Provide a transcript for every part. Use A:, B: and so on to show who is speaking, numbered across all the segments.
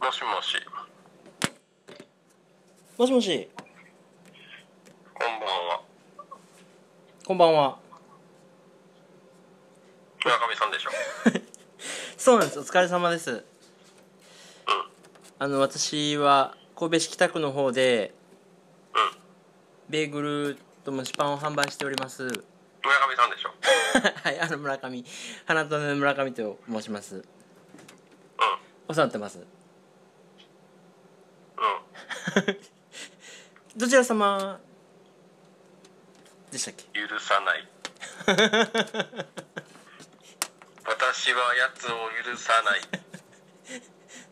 A: もしもし、
B: もしもし
A: こんばんは。
B: こんばんは
A: 村上さんでしょ。
B: そうなんですお疲れ様です
A: うん、
B: あの私は神戸市北区の方で
A: うん。
B: ベーグルと蒸しパンを販売しております
A: 村上さんでしょ。
B: はいあの村上花との村上と申します
A: うん、
B: お世話になってます
A: うん。
B: どちら様でしたっけ
A: 許さない私はやつを許さない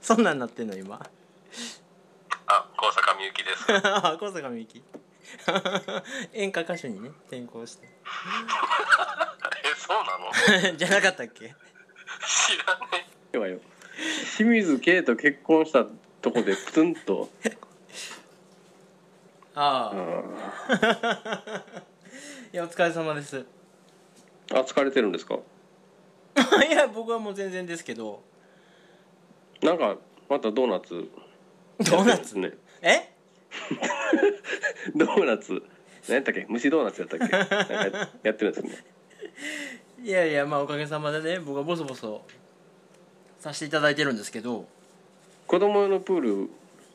B: そんなんなってんの今
A: あ高坂みゆきです
B: あはは小坂みゆき 演歌歌手にね転校して
A: え そうなの
B: じゃなかったっけ
A: 知らね
C: ではよ清水圭と結婚したとこでプツンと、
B: あ
C: う
B: あ、い
C: ん、
B: やお疲れ様です
C: 扱われてるんですか
B: いや僕はもう全然ですけど
C: なんかまたドーナツ
B: ド ーナツ
C: ね
B: え
C: ドーナツ何やったっけ虫ドーナツやったっけなんかやってるんですね
B: いやいやまあおかげさまでね僕はボソボソさせていただいてるんですけど
C: 子供用のプール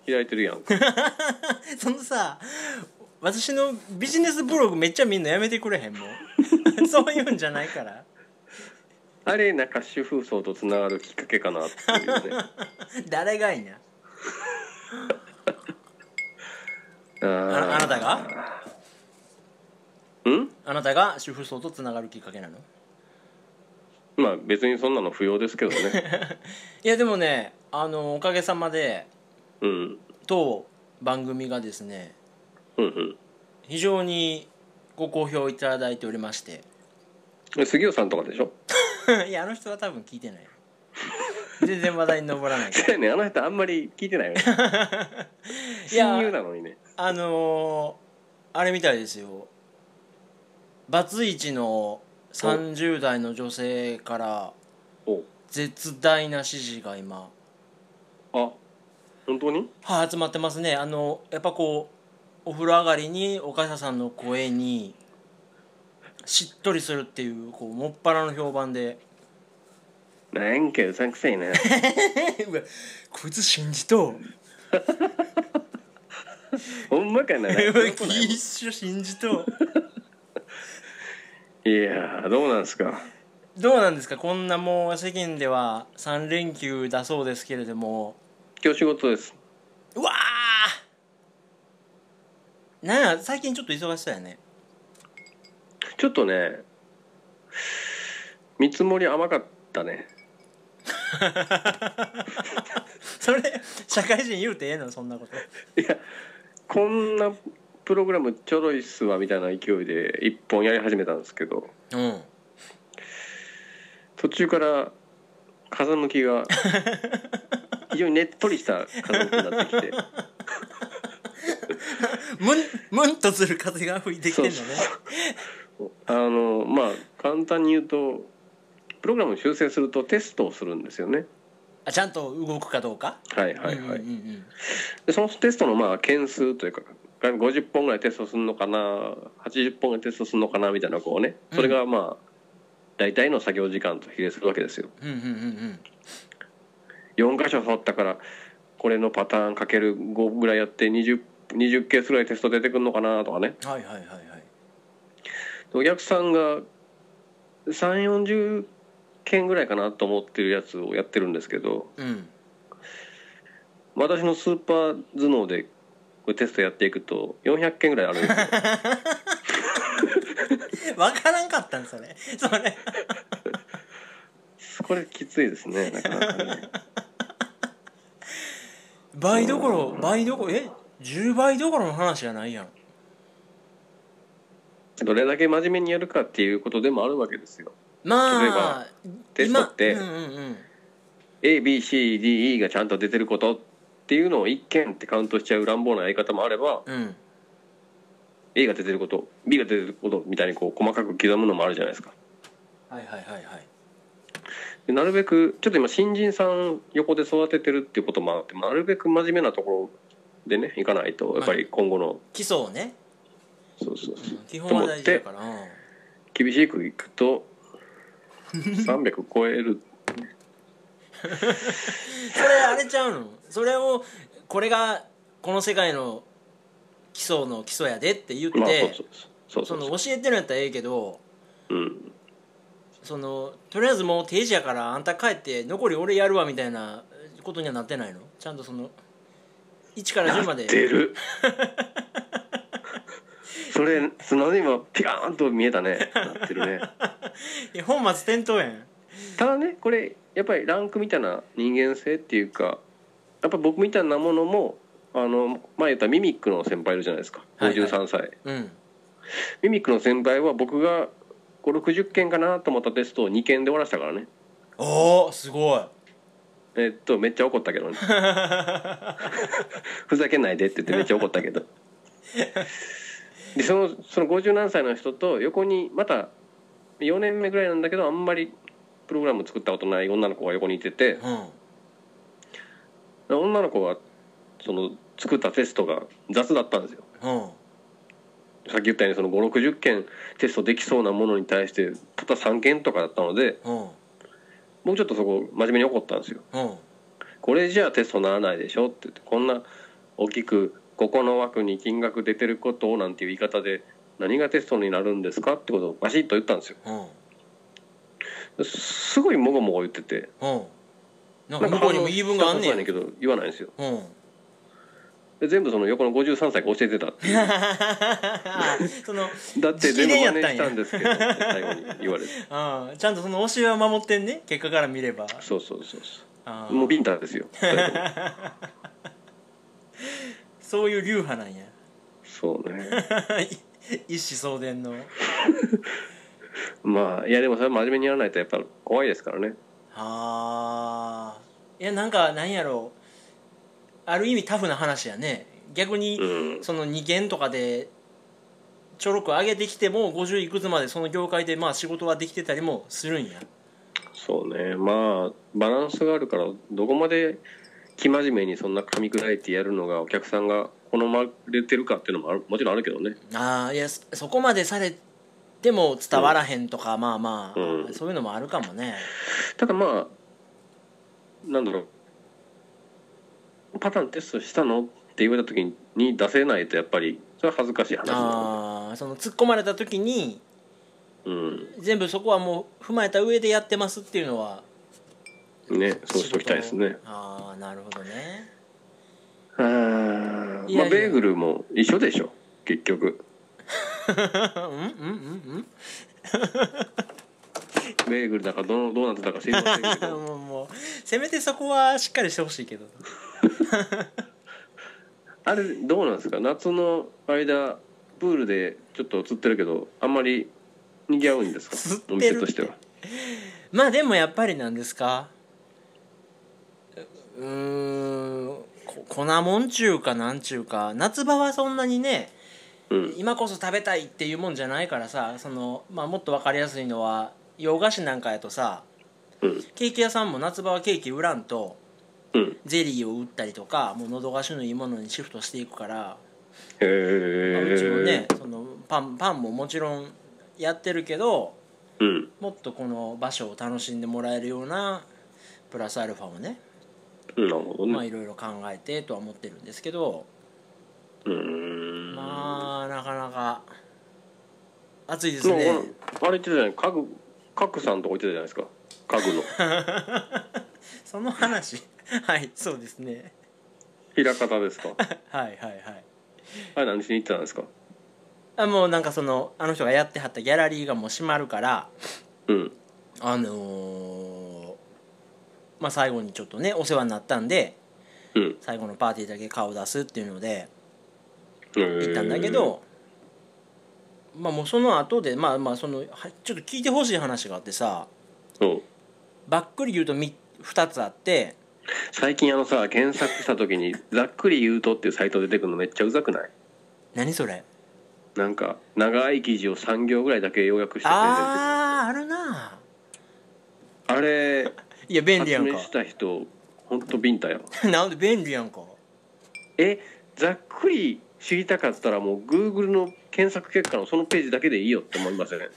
C: 開いてるやんか
B: そのさ私のビジネスブログめっちゃみんなやめてくれへんもうそういうん じゃないから
C: あれなんか主婦層とつながるきっかけかなっていう ね
B: 誰がいいな
C: あ
B: あ
C: ー
B: あなたが
C: うん
B: あなたが主婦層とつながるきっかけなの
C: まあ別にそんなの不要ですけどね
B: いやでもねあのおかげさまで
C: うん
B: 当番組がですね
C: うんうん
B: 非常にご好評いただいておりまして
C: え杉尾さんとかでしょ
B: いやあの人は多分聞いてない全然話題に上らないか
C: そうやねあの人あんまり聞いてないよ ね
B: いや
C: 親友なのにね
B: らあのー、あれみたいですよバツイチの30代の女性から
C: お
B: 絶大な支持が今
C: あ本当に
B: はい集まってますねあのやっぱこうお風呂上がりにお母さんの声にしっとりするっていうこうもっぱらの評判で
C: なんかうさんくさい な
B: えうわこいつ信じ とう
C: ほんまか ななんかよくない
B: 一緒信じとう
C: いやーどうなんすか
B: どうなんですかこんなもう世間では3連休だそうですけれども
C: 今日仕事です
B: うわーなんや最近ちょっと忙しそうやね
C: ちょっとね見積もり甘かったね
B: それ社会人言うてええのそんなこと
C: こんなプログラムちょろいっすわみたいな勢いで一本やり始めたんですけど
B: うん
C: 途中から風向き が非常にねっとりした風向きになってきて
B: ムンムンとする風が吹いてきてんのね
C: そうあのまあ簡単に言うとプログラムを修正するとテストをするんですよね
B: あちゃんと動くかどうか
C: はいはいはい、
B: うんうんうん
C: でそのテストのまあ件数というかが50本ぐらいテストするのかな80本ぐらいテストするのかなみたいなこうねそれがまあ大体の作業時間と比例するわけですよ
B: うんうんうん
C: 4箇所触ったからこれのパターンかける5ぐらいやって 20, 20ケースぐらいテスト出てくるのかなとかね
B: うんはいはいはいはい
C: お客さんが340件ぐらいかなと思ってるやつをやってるんですけど
B: うん
C: 私のスーパー頭脳でこれテストやっていくと400件ぐらいあるんで すよ
B: わからんかったんそれそれ
C: これきついですねなかなかね
B: 倍どころ倍どころえ10倍どころの話じゃないやん
C: どれだけ真面目にやるかっていうことでもあるわけですよ例え
B: まあ
C: ばテストって
B: 今うんうんうん
C: ABCDE がちゃんと出てることっていうのを1件ってカウントしちゃう乱暴なやり方もあれば
B: うん
C: A が出てること B が出てることみたいにこう細かく刻むのもあるじゃないですか
B: はいはいはいはい
C: でなるべくちょっと今新人さん横で育ててるっていうこともあってなるべく真面目なところでねいかないとやっぱり今後の、
B: 基礎をね、
C: そうそう
B: う
C: そうん
B: 基本は大事だからうん
C: 厳しくいくと300超える
B: それあれちゃうのそれをこれがこの世界の基礎の基礎やでって言って、
C: まあそうそうそ
B: そう
C: そ
B: の
C: う
B: 教えてるんやったらええけど
C: そう、うん、
B: そのとりあえずもう定時やからあんた帰って残り俺やるわみたいなことにはなってないのちゃんとその1から10まで
C: なってる それその今ピカーンと見えたねなってるね
B: いや本末転倒やん
C: ただねこれやっぱりランクみたいな人間性っていうかやっぱ僕みたいなものもあの前言ったミミックの先輩いるじゃないですか
B: はいはい
C: 53歳、
B: うん
C: ミミックの先輩は僕が560件かなと思ったテストを2件で終わらせたからね
B: おお すごい
C: えっとめっちゃ怒ったけ どねふざけないでって言ってめっちゃ怒ったけどでそのその50何歳の人と横にまた4年目ぐらいなんだけどあんまりプログラム作ったことない女の子が横にいてて、
B: うん
C: 女の子がその作ったテストが雑だったんですよ
B: うん
C: さっき言ったようにその560件テストできそうなものに対してたった3件とかだったので
B: うん
C: もうちょっとそこ真面目に怒ったんですよ
B: うん
C: これじゃあテストならないでしょって言ってこんな大きくここの枠に金額出てることをなんていう言い方で何がテストになるんですかってことをバシッと言ったんですよ
B: うん
C: すごいもごもご言ってて
B: うんなんか向こうにも言い分があんね
C: なん
B: ん
C: かそうやけど言わないんですよ
B: うん
C: で全部その横の53歳が教えてたって いう
B: その
C: だって全部真似したんですけどって最後に言われて
B: ああちゃんとその教えは守ってんね結果から見れば
C: そうそうそうそ
B: ああ
C: うもうビンタ ですよ二人とも
B: そういう流派なんや
C: そうね
B: 一子相伝の
C: まあいやでもそれは真面目にやらないとやっぱ怖いですからね
B: ああいやなんかなんやろうある意味タフな話やね逆
C: う
B: に
C: ん
B: その2件とかでちょろく上げてきても50いくつまでその業界でまあ仕事はできてたりもするんや
C: そうねまあバランスがあるからどこまで生真面目にそんな噛み砕いてやるのがお客さんが好まれてるかっていうのもあるもちろんあるけどね
B: ああいやそそこまでされても伝わらへんとか、まあまあ、
C: うん
B: そういうのもあるかもね
C: ただまあなんだろうパターンテストしたのって言われた時に出せないとやっぱりそれは恥ずかしい話だ、
B: ああその突っ込まれた時に
C: うん
B: 全部そこはもう踏まえた上でやってますっていうのは
C: ねそうしておきたいですね
B: ああなるほどね
C: あ
B: い
C: ーま
B: やい
C: あ
B: や
C: ベーグルも一緒でしょ結局
B: うんうんうん
C: ベーグルだかどのどうなってたか知りませんけ
B: うん
C: ど
B: もうもうせめてそこはしっかりしてほしいけど
C: あれどうなんですか夏の間プールでちょっと釣ってるけどあんまり賑わうんですか
B: 釣ってる
C: お店としては
B: まあでもやっぱりなんですかうーんこ粉もんちゅうかなんちゅうか夏場はそんなにね
C: うん
B: 今こそ食べたいっていうもんじゃないからさその、まあ、もっと分かりやすいのは洋菓子なんかやとさ
C: うん
B: ケーキ屋さんも夏場はケーキ売らんと
C: うん
B: ゼリーを売ったりとかもう喉がしのいいものにシフトしていくから
C: へ
B: まあうちもね
C: え
B: そのパンパンももちろんやってるけど
C: うん
B: もっとこの場所を楽しんでもらえるようなプラスアルファをね
C: なるほど
B: まあ
C: ね
B: いろいろ考えてとは思ってるんですけど
C: うーん
B: まあなかなか暑いです
C: もう
B: ね
C: あれ言ってたじゃない家具家具さんとか言ってたじゃないですか家 具の
B: その話 はいそうですね
C: 平方ですか
B: はいはいはい
C: あれ何しに行ってたんですか
B: あもうなんかそのあの人がやってはったギャラリーがもう閉まるから
C: うん
B: あのーまあ最後にちょっとねお世話になったんで
C: うん
B: 最後のパーティーだけ顔出すっていうので行
C: 行
B: ったんだけど、まあもうその後でまあまあそのはちょっと聞いてほしい話があってさ
C: そう
B: ばっくり言うとみ2つあって
C: 最近あのさ検索した時に「ざっくり言うと」っていうサイト出てくるのめっちゃうざくない
B: 何 それ
C: なんか長い記事を3行ぐらいだけ要約してて
B: あーあるな
C: あれ
B: いや便利や
C: 発
B: ん
C: 明
B: か
C: した人本当ビンタやわ
B: なんで便利やんか
C: えざっくり知りたかったらもう Google の検索結果のそのページだけでいいよって思いますよね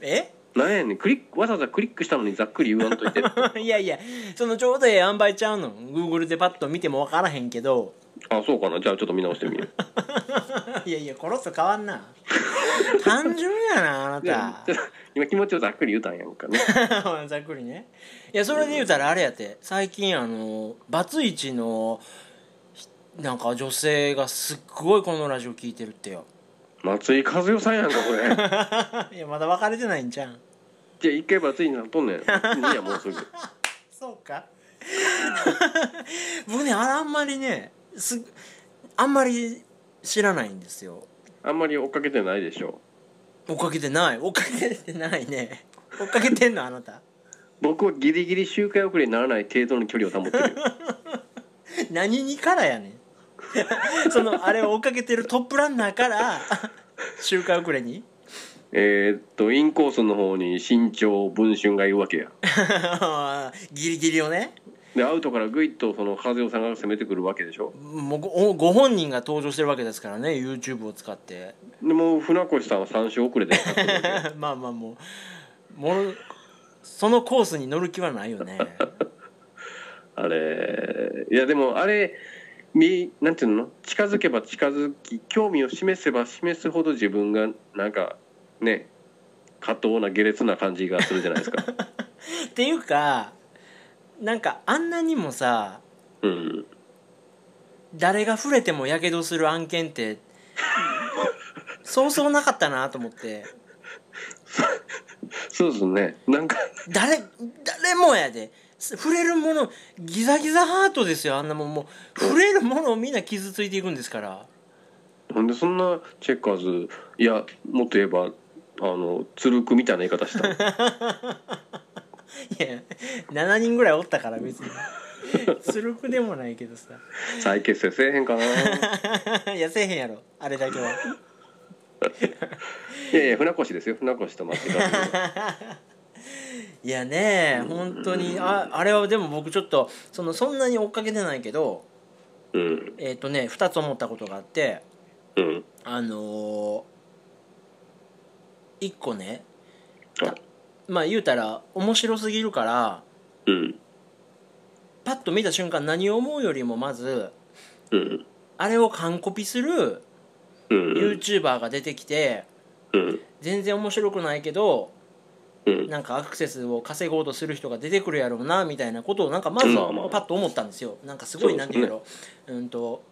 B: え
C: なんやねんクリックわざわざクリックしたのにざっくり言わんとい てあ
B: いやいやそのちょうどええ塩梅ちゃうの Google でパッと見ても分からへんけど
C: そうかなじゃあちょっと見直してみよう
B: いやいや殺すと変わんな 単純やなあな
C: で
B: た
C: ちょっと 今気持ちをざっくり言うたんやんかね
B: ざっくりねいやそれで言うたらあれやって最近あのバツイチのひなんか女性がすっごいこのラジオ聞いてるってよ
C: 松井和代さんやんかこれ
B: いやまだ別れてないんじゃん
C: じゃあ一回松井になっとん ねんいいやもうすぐ
B: そう か僕ねあらあんまりねすあんまり知らないんですよ
C: あんまり追っかけてないでしょ
B: 追っかけてない追っかけてないね追っかけてんのあなた
C: 僕はギリギリ周回遅れにならない程度の距離を保ってる
B: 何にからやねん そのあれを追っかけてるトップランナーから周回遅れに
C: えーっとインコースの方に身長文春がいるわけや
B: ギリギリをね
C: でアウトからグイッとその風をさんが攻めてくるわけでしょ
B: もうごご本人が登場してるわけですからね YouTube を使って
C: でもう船越さんは3周遅れで
B: まあまあもうものそのコースに乗る気はないよね
C: あれいやでもあれみなんていうの近づけば近づき興味を示せば示すほど自分がなんかね過当な下劣な感じがするじゃないですか
B: っていうかなんかあんなにもさ
C: うん
B: 誰が触れてもやけどする案件ってそうそうなかったなと思って
C: そうですねなんか
B: 誰誰もやです触れるものギザギザハートですよあんなもんもう触れるものをみんな傷ついていくんですから
C: なんでそんなチェッカーズいやもっと言えばあの鶴くみたいな言い方した
B: いや7人ぐらいおったから別につるくでもないけどさ
C: 再結成せえへんかない
B: いやせえへんやろあれだけは
C: やいや船越ですよ船越と松井和代
B: いやね本当にああれはでも僕ちょっとそのそんなに追っかけてないけど
C: うん
B: えっ、とね2つ思ったことがあって
C: うん
B: あのー、1個ね
C: あ
B: まあ言うたら面白すぎるから
C: うん
B: パッと見た瞬間何を思うよりもまず
C: うん
B: あれを完コピする
C: うん
B: YouTuber が出てきて
C: うん
B: 全然面白くないけど
C: うん
B: なんかアクセスを稼ごうとする人が出てくるやろうなみたいなことをなんかまず
C: まあまあ
B: パッと思ったんですよなんかすごい
C: そう
B: な
C: です
B: ん
C: ね
B: ていうのうんと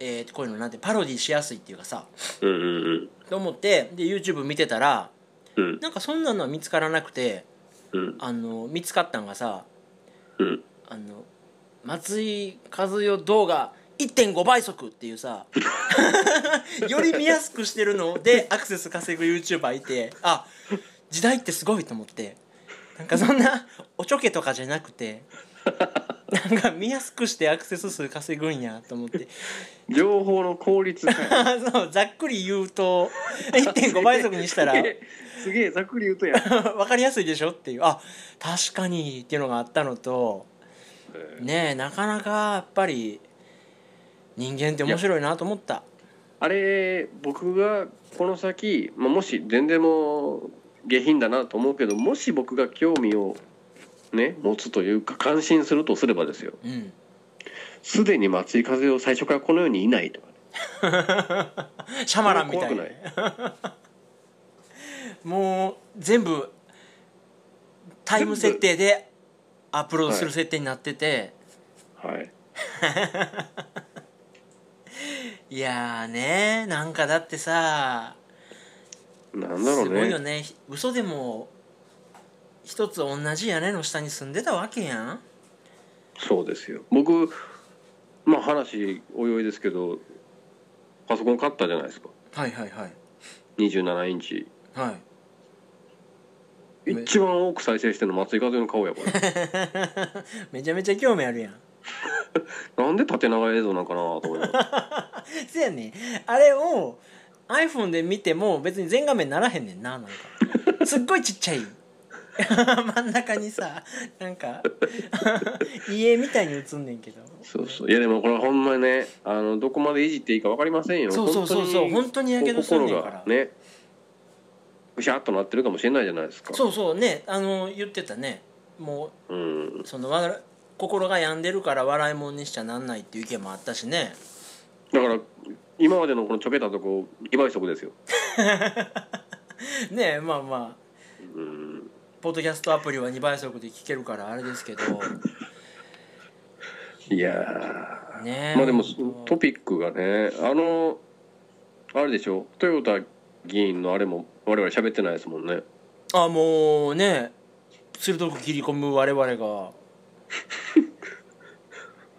B: えーこういうのなんてパロディしやすいっていうかさ
C: うんうん
B: と思ってで YouTube 見てたら
C: うん
B: なんかそんなのは見つからなくて
C: うん
B: あの見つかったんがさ
C: うん
B: あの松井和代動画1.5倍速っていうさ より見やすくしてるのでアクセス稼ぐ YouTuber いてあ時代ってすごいと思ってなんかそんなおちょけとかじゃなくてなんか見やすくしてアクセス数稼ぐんやと思って
C: 情報の効率化
B: そうざっくり言うと1.5倍速にした ら
C: すげえすげえざっくり言うとやん
B: 分かりやすいでしょっていうあ確かにっていうのがあったのとねえなかなかやっぱり人間って面白いなと思った
C: あれ僕がこの先、まあ、もし全然もう下品だなと思うけどもし僕が興味をね持つというか関心するとすればですよ
B: うん
C: すでに松井風を最初からこの世にいないとかね
B: シャマランみたい
C: 怖く
B: もう全部タイム設定でアップロードする設定になってて、
C: はい
B: い、やーねなんかだってさ
C: なんだろう
B: すごい
C: ね
B: よねひ嘘でも一つ同じ屋根の下に住んでたわけやん
C: そうですよ僕まあ話おいおいですけどパソコン買ったじゃないですか
B: はいはいはい
C: 27インチ
B: はい
C: 一番多く再生してるの松井風の顔やこれ
B: めちゃめちゃ興味あるやん
C: なんで縦長映像なんかなと思います
B: そうやねんあれを iPhone で見ても別に全画面ならへんねんななんかすっごいちっちゃい 真ん中にさなんか 家みたいに映んねんけど
C: そうそういやでもこれほんまねあのどこまでいじっていいか分かりませんよ
B: そうそうそうそう本当にやけどすんねん
C: 心
B: か
C: が
B: ら
C: ねぐしゃっとなってるかもしれないじゃないですか
B: そうそうねあの言ってたねも
C: う、ん
B: う、そのわら心が病んでるから笑いもんにしちゃなんないっていう意見もあったしね
C: だから今までのこのちょけたとこ2倍速ですよ、
B: ねまあまあ
C: うん、
B: ポッドキャストアプリは2倍速で聞けるからあれですけど
C: いや
B: ね
C: ーまあでもトピックがねあのあれでしょ豊田議員のあれも我々喋ってないですもんね
B: あもうね鋭く切り込む我々が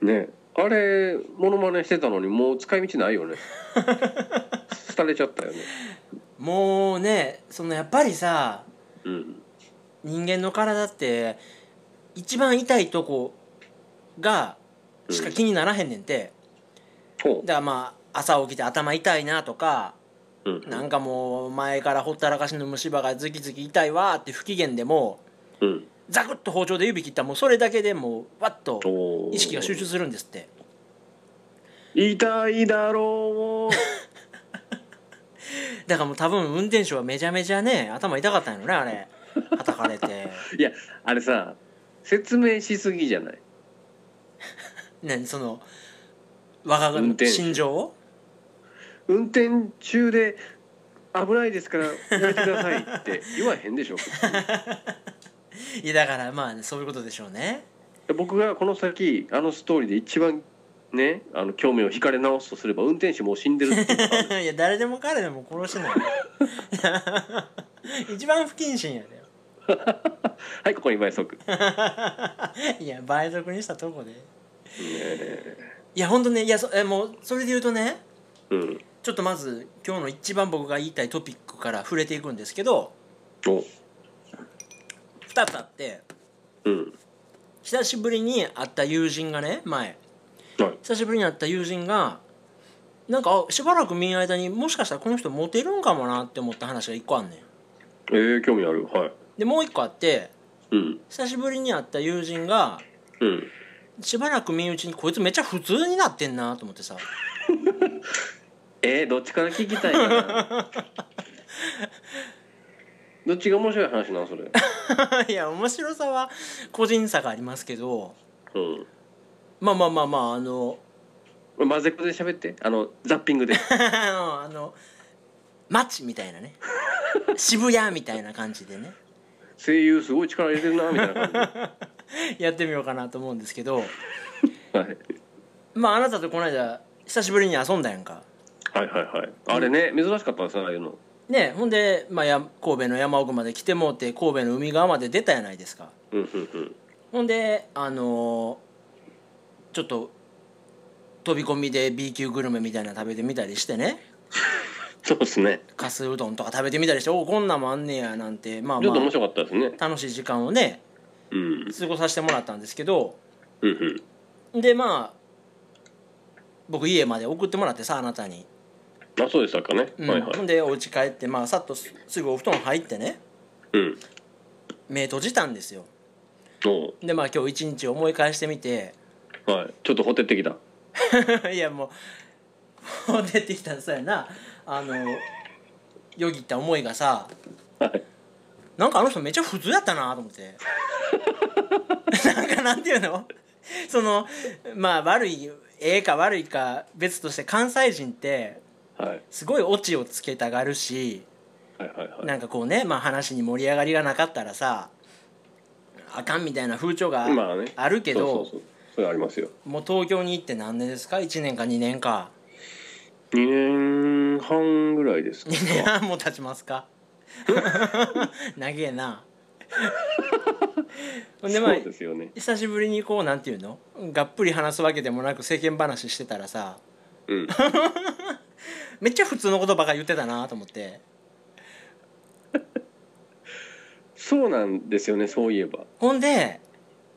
C: ねあれモノマネしてたのにもう使い道ない よね廃れちゃったよね
B: もうねそのやっぱりさ
C: うん
B: 人間の体って一番痛いとこがしか気にならへんねんて、
C: ほ
B: だからまあ朝起きて頭痛いなとか
C: ううん
B: なんかもう前からほったらかしの虫歯がズキズキ痛いわーって不機嫌でも
C: うん
B: ザクッと包丁で指切ったらもうそれだけでもうわっと
C: おー
B: 意識が集中するんですって
C: 痛いだろう
B: だからもう多分運転手はめちゃめちゃね頭痛かったんやろねあれ叩かれて
C: いやあれさ説明しすぎじゃない
B: ねその我が
C: 運
B: の
C: 転手
B: 心情を
C: 運転中で危ないですからやめてください って言わへんでしょ
B: いやだからまあ、ね、そういうことでしょうね
C: 僕がこの先あのストーリーで一番ねあの興味を惹かれ直すとすれば運転手もう死んでるっていうパターン
B: いや誰でも彼でも殺してない 一番不謹慎やで
C: はいここに倍速ね
B: いや倍速にしたとこで
C: え
B: いやほんとねいやそえもうそれで言うとね
C: うん
B: ちょっとまず今日の一番僕が言いたいトピックから触れていくんですけど
C: お
B: 2つあって
C: うん
B: 久しぶりに会った友人がね前
C: はい
B: 久しぶりに会った友人がなんかあしばらく見ん間にもしかしたらこの人モテるんかもなって思った話が1個あんねん
C: えー、興味あるはい
B: でもう1個あって
C: うん
B: 久しぶりに会った友人が
C: うん
B: しばらく身内にこいつめっちゃ普通になってんなと思ってさ
C: えー、どっちから聞きたいか などっちが面白い話なんそ れ
B: いや面白さは個人差がありますけど
C: う
B: まあまあまあまああの
C: んマゼコで喋ってあのザッピングで
B: あの街みたいな ね渋谷みたいな感じでね
C: 声優すごい力入れてるなみたいな感
B: やってみようかなと思うんですけど
C: じ、はい、
B: まああなたとこの間久しぶりに遊んだやんか
C: はいはいはいあれね珍しかったですねああいうの
B: ねほんで、まあ、や神戸の山奥まで来てもうて神戸の海側まで出たやないですか
C: うんうんうん
B: ほんであのーちょっと飛び込みで B 級グルメみたいなの食べてみたりしてね
C: そうですね
B: かすうどんとか食べてみたりしておこんなんもあんねやなんてまあ
C: ちょ
B: ま
C: っと面白かったですね
B: あ楽しい時間をね
C: うん
B: 過ごさせてもらったんですけど
C: うんうん
B: でまあ僕家まで送ってもらってさあなたに、
C: あそうでしたかね、
B: うん
C: はいは
B: ほん
C: い
B: でお家帰ってまあさっとすすぐお布団入ってね
C: うん
B: 目閉じたんですよ
C: おう
B: でまあ今日一日思い返してみて
C: はいちょっとホテってきた
B: いやもう出てきたらそうやなあのよぎった思いがさ
C: はい
B: なんかあの人めっちゃ普通やったなと思って なんかなんていうのそのまあ悪いええか悪いか別として関西人って
C: はい
B: すごいオチをつけたがるし
C: はいはいは
B: なんかこうね、まあ、話に盛り上がりがなかったらさあかんみたいな風潮が
C: いまあね
B: あるけど、
C: そうそうそうそれありますよ
B: もう東京に行って何年ですか1年か2年か
C: 2年半ぐらいですか
B: 2年半も経ちますか長えなほんでまあ
C: そうですよね
B: 久しぶりにこうなんていうのがっぷり話すわけでもなく世間話してたらさ
C: うん
B: めっちゃ普通のことばかり言ってたなと思って
C: そうなんですよねそういえば、
B: ほんで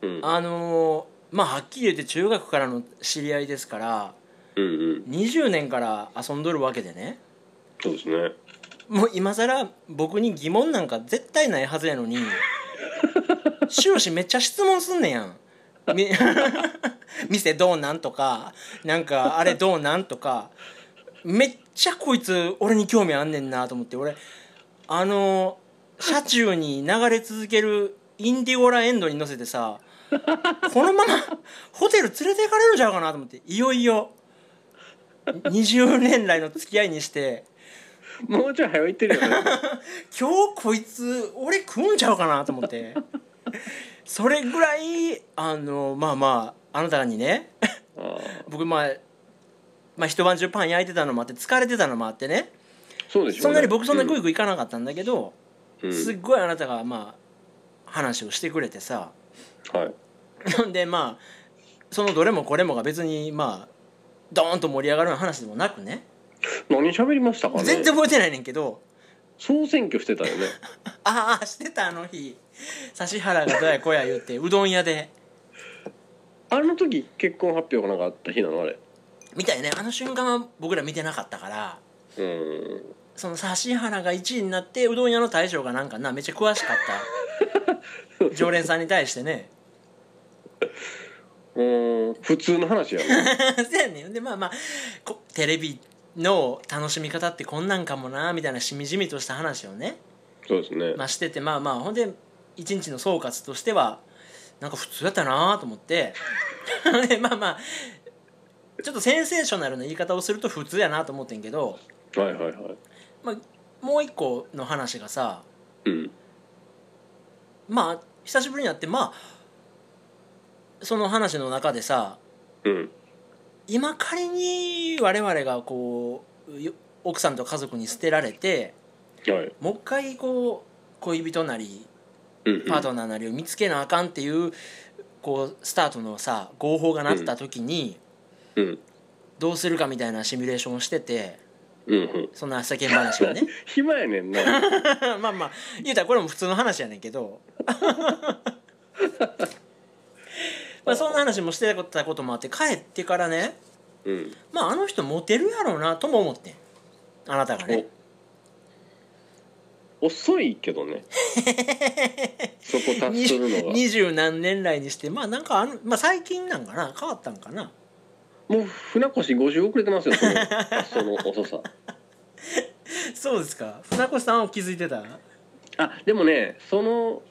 C: うん、
B: あのーまあはっきり言って中学からの知り合いですから
C: うんうん
B: 20年から遊んどるわけでね
C: そうですね
B: もう今更僕に疑問なんか絶対ないはずやのに終始めっちゃ質問すんねやんみ 店どうなんとかなんかあれどうなんとかめっちゃこいつ俺に興味あんねんなと思って俺あの車中に流れ続けるインディゴラエンドに乗せてさこのままホテル連れて行かれるんちゃうかなと思っていよいよ20年来の付き合いにして
C: もうちょい早いって るよね
B: 今日こいつ俺食うんちゃうかなと思って それぐらいあのまあまああなたにね
C: ああ
B: 僕まあまあ一晩中パン焼いてたのもあって疲れてたのもあってね
C: そうでしょうね
B: そんなに僕そんなにグイグイ行かなかったんだけど、
C: うんうん
B: すっごいあなたがまあ話をしてくれてさ
C: はい
B: なんでまあそのどれもこれもが別にまあドーンと盛り上がるような話でもなくね
C: 何喋りましたかね
B: 全然覚えてないねんけど
C: 総選挙してた よね
B: ああしてたあの日指原がどやこや言ってうどん屋で。
C: あの時結婚発表がなんかあった日なのあれ
B: みたいねあの瞬間は僕ら見てなかったから
C: うん
B: その指原が1位になってうどん屋の大将がなんかなめっちゃ詳しかった常連さんに対してね
C: うん普通の話やね
B: そうやねんでまあまあこテレビの楽しみ方ってこんなんかもなみたいなしみじみとした話をね、
C: そうですね、
B: まあ、しててまあまあほんで一日の総括としてはなんか普通やったなと思って でまあまあちょっとセンセーショナルな言い方をすると普通やなと思ってんけど、
C: はいはいはい
B: まあ、もう一個の話がさ
C: うん
B: まあ久しぶりに会ってまあその話の中でさ
C: うん
B: 今仮に我々がこうよ奥さんと家族に捨てられて
C: はい
B: もう一回こう恋人なり
C: うんうん
B: パートナーなりを見つけなあかんっていうこうスタートのさ合法がなった時に
C: うん
B: どうするかみたいなシミュレーションをしてて
C: うんうん
B: そんな世間話はね
C: 暇やねんな
B: まあまあ言うたらこれも普通の話やねん けどまあそんな話もしてたこともあって帰ってからね
C: うん
B: まああの人モテるやろうなとも思ってんあなたがね
C: お遅いけどねそこ達するのが
B: 二十何年来にしてまあなんかあの、まあ、最近なんかな変わったんかな
C: もう船越50遅れてますよそのその遅さ
B: そうですか船越さんは気づいてた
C: あでもねその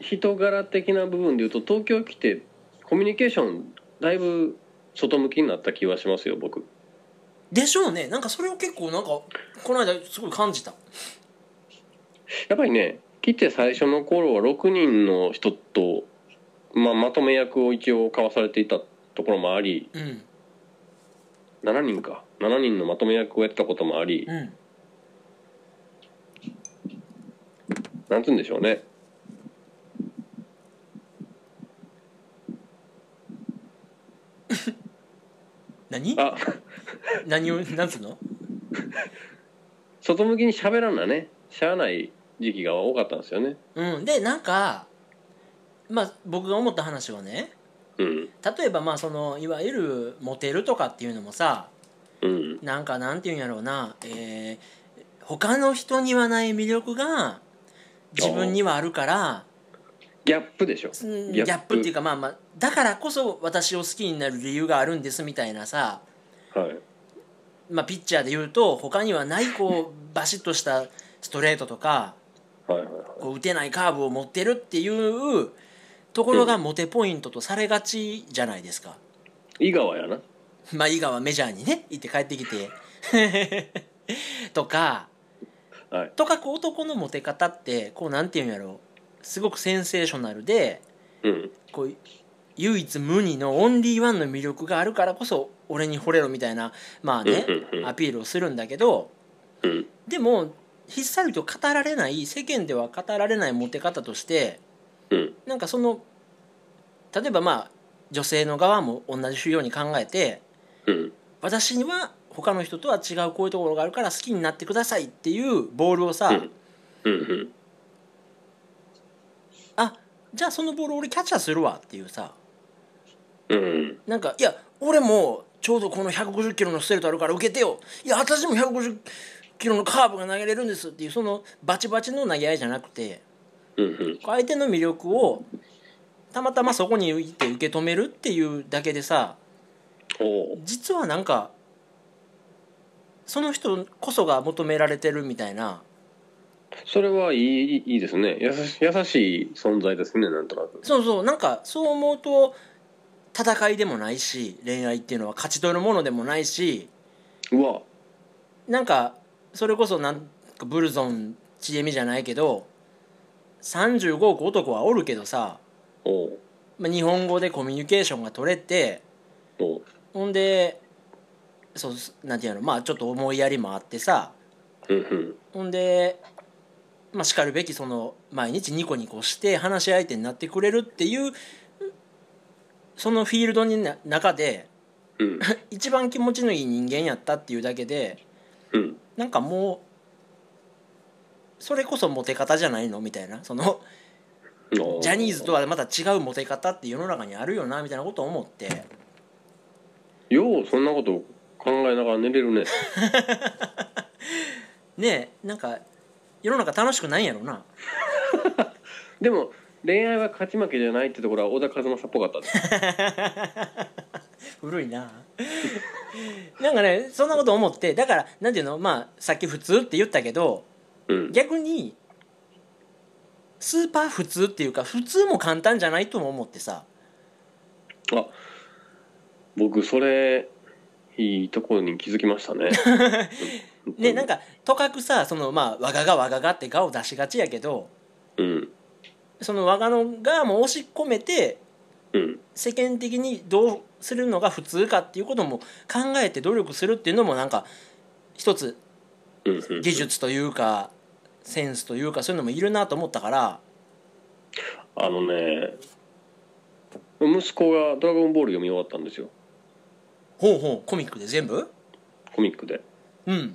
C: 人柄的な部分でいうと東京来てコミュニケーションだいぶ外向きになった気はしますよ僕
B: でしょうねなんかそれを結構なんかこの間すごい感じた
C: やっぱりね来て最初の頃は6人の人と、まあ、まとめ役を一応交わされていたところもあり
B: うん
C: 7人か7人のまとめ役をやってたこともあり
B: うん
C: なんて言うんでしょうね
B: 何
C: あ
B: 何をなんつうの
C: 外向きに喋らんなねしゃあない時期が多かったんですよね
B: うんでなんかまあ僕が思った話はね
C: うん
B: 例えばまあそのいわゆるモテるとかっていうのもさ
C: うん
B: なんかなんていうんやろうな、えー他の人にはない魅力が自分にはあるから
C: ギャップでしょ
B: うんギ
C: ギ
B: ャ
C: ャップ
B: ップっていうかまあまあだからこそ私を好きになる理由があるんですみたいなさ、
C: はい
B: まあ、ピッチャーで言うと他にはないこうバシッとしたストレートとか
C: はいはいはい
B: こう打てないカーブを持ってるっていうところがモテポイントとされがちじゃないですか。
C: 井川やな
B: まあ、伊賀はメジャーにね行って帰ってきて とか、
C: はい
B: とかこう男のモテ方ってこうなんていうんやろうすごくセンセーショナルで
C: うん
B: こう唯一無二のオンリーワンの魅力があるからこそ俺に惚れろみたいなまあね
C: うんうんうん
B: アピールをするんだけど
C: うん
B: でもひっさりと語られない世間では語られないモテ方として
C: うん
B: なんかその例えばまあ女性の側も同じように考えて
C: うん
B: 私には他の人とは違うこういうところがあるから好きになってくださいっていうボールをさ、
C: うんうんうん
B: あじゃあそのボール俺キャッチャーするわっていうさ
C: うん
B: なんかいや俺もちょうどこの150キロのストレートあるから受けてよいや私も150キロのカーブが投げれるんですっていうそのバチバチの投げ合いじゃなくて
C: うんうん
B: 相手の魅力をたまたまそこにいて受け止めるっていうだけでさ
C: おう
B: 実はなんかその人こそが求められてるみたいな
C: それはいいいいですね優し優しい存在ですねなんとなく
B: そうそうなんかそう思うと戦いでもないし恋愛っていうのは勝ち取るものでもないし
C: うわ
B: なんかそれこそなんかブルゾンちえみじゃないけど35億男はおるけどさ、
C: おう
B: まあ、日本語でコミュニケーションが取れて
C: おう
B: ほんでそうなんていうのまあちょっと思いやりもあってさ
C: うんうん
B: ほんで、まあ、しかるべきその毎日ニコニコして話し相手になってくれるっていうそのフィールドのな中で
C: うん
B: 一番気持ちのいい人間やったっていうだけで
C: うん
B: なんかもうそれこそモテ方じゃないのみたいなその
C: おう
B: ジャニーズとはまた違うモテ方って世の中にあるよなみたいなことを思って
C: ようそんなこと考えながら寝れるね
B: ねえなんか世の中楽しくないんやろな。
C: でも恋愛は勝ち負けじゃないってところは小田和正っぽかったです
B: 古いな なんかねそんなこと思ってだからなんていうのまあさっき普通って言ったけど
C: うん
B: 逆にスーパー普通っていうか普通も簡単じゃないとも思ってさ
C: あ僕それいいところに気づきましたね
B: ねなんかとかくさそのまあわががわががってがを出しがちやけど
C: うん
B: そのわがのがも押し込めて
C: うん
B: 世間的にどうするのが普通かっていうことも考えて努力するっていうのもなんか一つ
C: うんうん
B: 技術というかセンスというかそういうのもいるなと思ったから。
C: あのね息子が「ドラゴンボール」読み終わったんですよ
B: ほうほうコミックで全部
C: コミックで
B: うん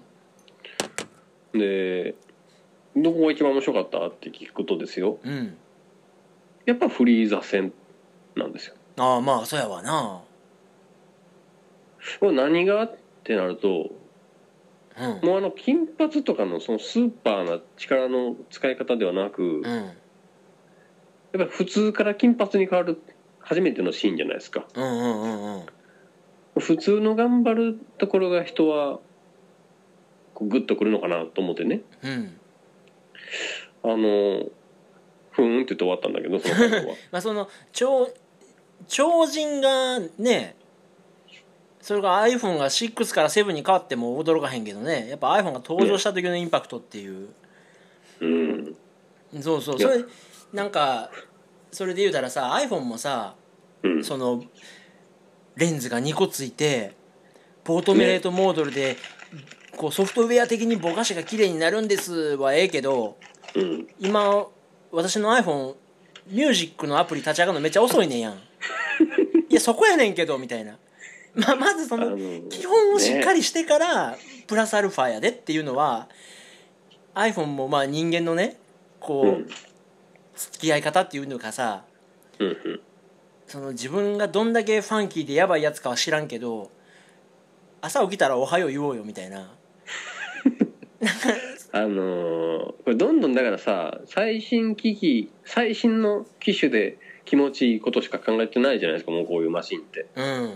C: で「どこが一番面白かった?」って聞くことですよ
B: うん
C: やっぱフリーザ戦なんですよ
B: ああまあそやわな
C: これ何がってなると
B: うん
C: もうあの金髪とかのそのスーパーな力の使い方ではなく
B: うんうん
C: やっぱり普通から金髪に変わる初めてのシーンじゃないですか
B: うんうんうん
C: 普通の頑張るところが人はこうグッとくるのかなと思ってね
B: うん
C: あのふーんって言って終わったんだけどその最後は
B: まあその超超人がねそれが iPhone が6から7に変わっても驚かへんけどねやっぱ iPhone が登場した時のインパクトっていう、
C: うん
B: そうそう
C: いや
B: それなんかそれで言うたらさ iPhone もさ
C: うん
B: そのレンズが2個ついてポートメレートモードルでこうソフトウェア的にぼかしが綺麗になるんですはええけど
C: うん
B: 今私の iPhone ミュージックのアプリ立ち上がるのめっちゃ遅いね んやんいやそこやねんけどみたいな、まあ、まずそ
C: あの
B: の基本をしっか
C: ね
B: りしてから、プラスアルファやでっていうのは iPhone もまあ人間のねこう、
C: うん
B: 付き合い方っていうのかさ
C: うんうん
B: その自分がどんだけファンキーでやばいやつかは知らんけど朝起きたら「おはよう」言おうよみたいな
C: あのーこれどんどんだからさ最新機器最新の機種で気持ちいいことしか考えてないじゃないですかもうこういうマシンって
B: うん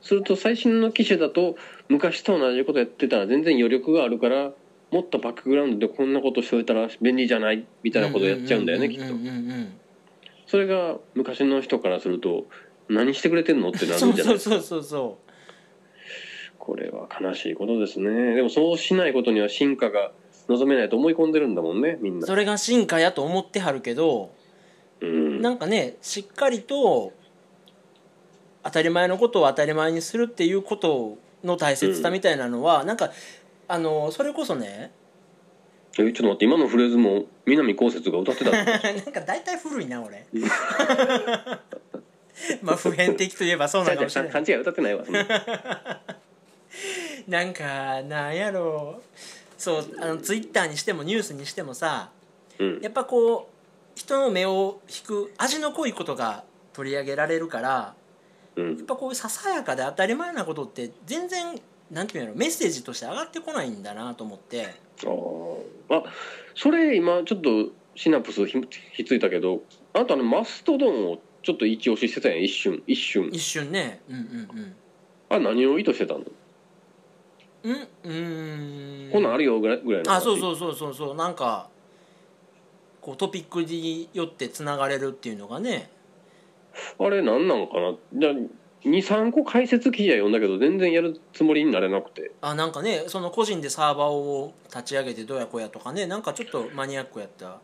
C: すると最新の機種だと昔と同じことやってたら全然余力があるからもっとバックグラウンドでこんなことしといたら便利じゃないみたいなことやっちゃうんだよねきっと
B: うんうんうんうん
C: それが昔の人からすると何してくれてんのってなるんじゃ
B: そ
C: ないうです
B: そ
C: か
B: うそうそうそ
C: これは悲しいことですねでもそうしないことには進化が望めないと思い込んでるんだもんねみん
B: う
C: な
B: それが進化やと思ってはるけど
C: うん
B: なんかねしっかりと当たり前のことを当たり前にするっていうことの大切さみたいなのは、なんかあのそれこそね
C: え ちょっと待って今のフレーズも南こうせつが歌ってたの
B: なんか大体古い な俺まあ普遍的といえばそうなのかもしれない
C: 勘違い歌ってないわそんな
B: なんかなんやろうそうあのツイッターにしてもニュースにしてもさ
C: うん
B: やっぱこう人の目を引く味の濃いことが取り上げられるからや
C: うん
B: っぱこういうささやかで当たり前なことって全然なんていうんやろメッセージとして上がってこないんだなと思って
C: あーあそれ今ちょっとシナプスひひっついたけどあとあのマストドンをちょっと一押ししてたやん一瞬一瞬
B: 一瞬ねうんうん
C: あ何を意図してたの、
B: うんうんうーん
C: こんなんあるよぐらいぐらいの
B: あそう
C: う
B: そうそうそうそうなんかこうトピックによってつながれるっていうのがね
C: あれ何なんかな23個解説記事は読んだけど全然やるつもりになれなくて
B: あなんかねその個人でサーバーを立ち上げてどうやこうやとかねなんかちょっとマニアックやった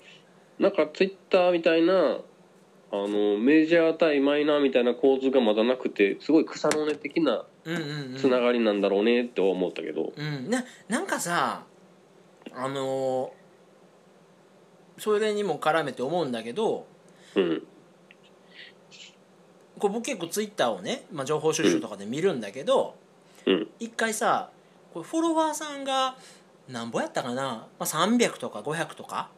C: なんかツイッターみたいなあのメジャー対マイナーみたいな構図がまだなくてすごい草の根的な
B: うんうんうん
C: つながりなんだろうねって思ったけど、
B: うん、ななんかさあのーそれにも絡めて思うんだけど
C: うん、
B: こう僕結構ツイッターをね、まあ、情報収集とかで見るんだけど、
C: うん
B: 一回さこれフォロワーさんがなんぼやったかな、まあ、300とか500とか、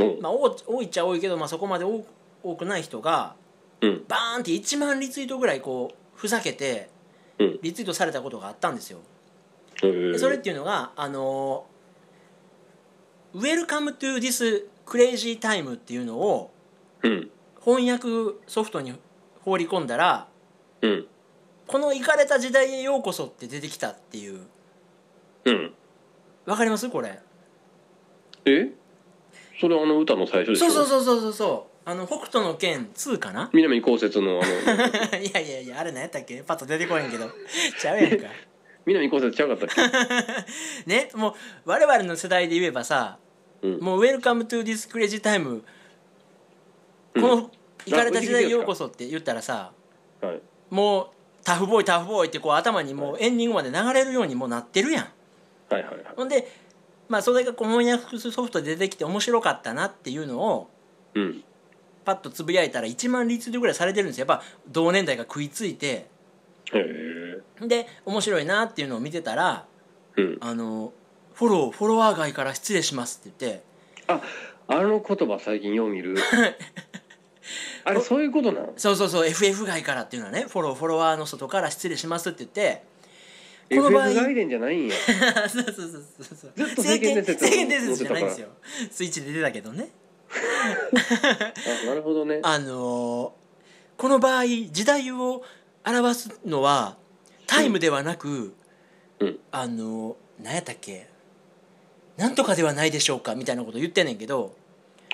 C: うん
B: まあ、多多いっちゃ多いけど、まあ、そこまで多多くない人が
C: うん
B: バーンって1万リツイートぐらいこうふざけて
C: うん
B: リツイートされたことがあったんですよ。
C: えー
B: でそれっていうのが「あのー Welcome to this crazy time」っていうのを
C: うん
B: 翻訳ソフトに放り込んだら
C: うん
B: 「このイかれた時代へようこそ」って出てきたっていう
C: うん
B: わかりますこれ
C: えそれあの歌の最初でし
B: そ
C: ょ
B: うそうそうそうそうそうあの北斗の剣2かな
C: 南こうせつのあの
B: いやいやいやあれ何やったっけパッと出てこへんけどちゃうやんか
C: 南こうせつちゃうかったっ
B: ねもう我々の世代で言えばさ
C: け、うん、
B: もう「Welcome to this crazy time」こ
C: うん
B: の「イかれた時代へようこそ」って言ったらさ
C: はい、
B: もうタフボーイタフボーイってこう頭にもうエンディングまで流れるようにもうなってるやん
C: はいはいはい
B: ほんでまあそれがこう翻訳ソフトで出てきて面白かったなっていうのを
C: うん
B: パッとつぶやいたら1万リツイートぐらいされてるんですよやっぱ同年代が食いついて
C: へえ
B: で面白いなっていうのを見てたら
C: うん
B: あのフォローフォロワー外から失礼しますって言って
C: ああの言葉最近よう 見るあれそういうことなん
B: そうそうそう FF 外からっていうのはねフォローフォロワーの外から失礼しますって言って この
C: FF
B: 場合
C: 外伝じゃないんや
B: そうそうそうそうそう
C: ずっと聖剣伝説を
B: 聖剣伝説じゃないんですよスイッチで出たけどね
C: あなるほどね
B: あのーこの場合時代を表すのはタイムではなく、
C: うん
B: あのー何やったっけなんとかではないでしょうかみたいなこと言ってんねんけど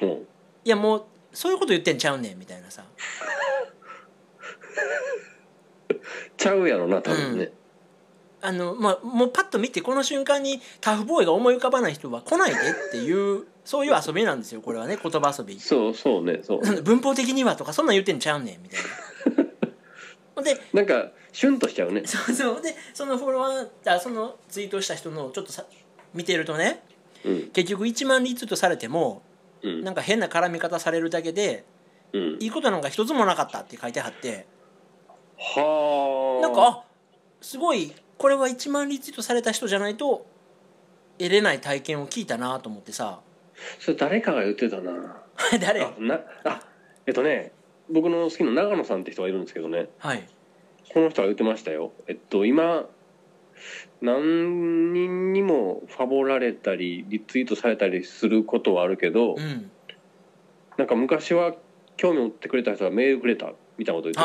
C: うん
B: いやもうそういうこと言ってんちゃうねんみたいなさ
C: ちゃうやろな多分ね、
B: あの、まあ、もうパッと見てこの瞬間にタフボーイが思い浮かばない人は来ないでっていうそういう遊びなんですよこれはね言葉遊び。
C: そうそうねそう
B: なんだ文法的にはとかそんなん言ってんちゃうねんみたいな。 ほんで
C: なんかシュンとしちゃうね
B: そうそうでそのフォロワーあそのツイートした人のちょっとさ見てるとね
C: うん
B: 結局1万リツイートされても
C: うん
B: なんか変な絡み方されるだけで
C: うん
B: いいことなんか一つもなかったって書いてあって
C: はあ
B: なんかあすごいこれは1万リツイートされた人じゃないと得れない体験を聞いたなと思ってさ
C: それ誰かが言ってたな
B: 誰
C: あなあえっとね僕の好きな長野さんって人がいるんですけどね
B: はい
C: この人が言ってましたよえっと今何人にもファボられたりリツイートされたりすることはあるけど、
B: うん
C: なんか昔は興味持ってくれた人がメールくれたみたいなこと言ってて
B: あ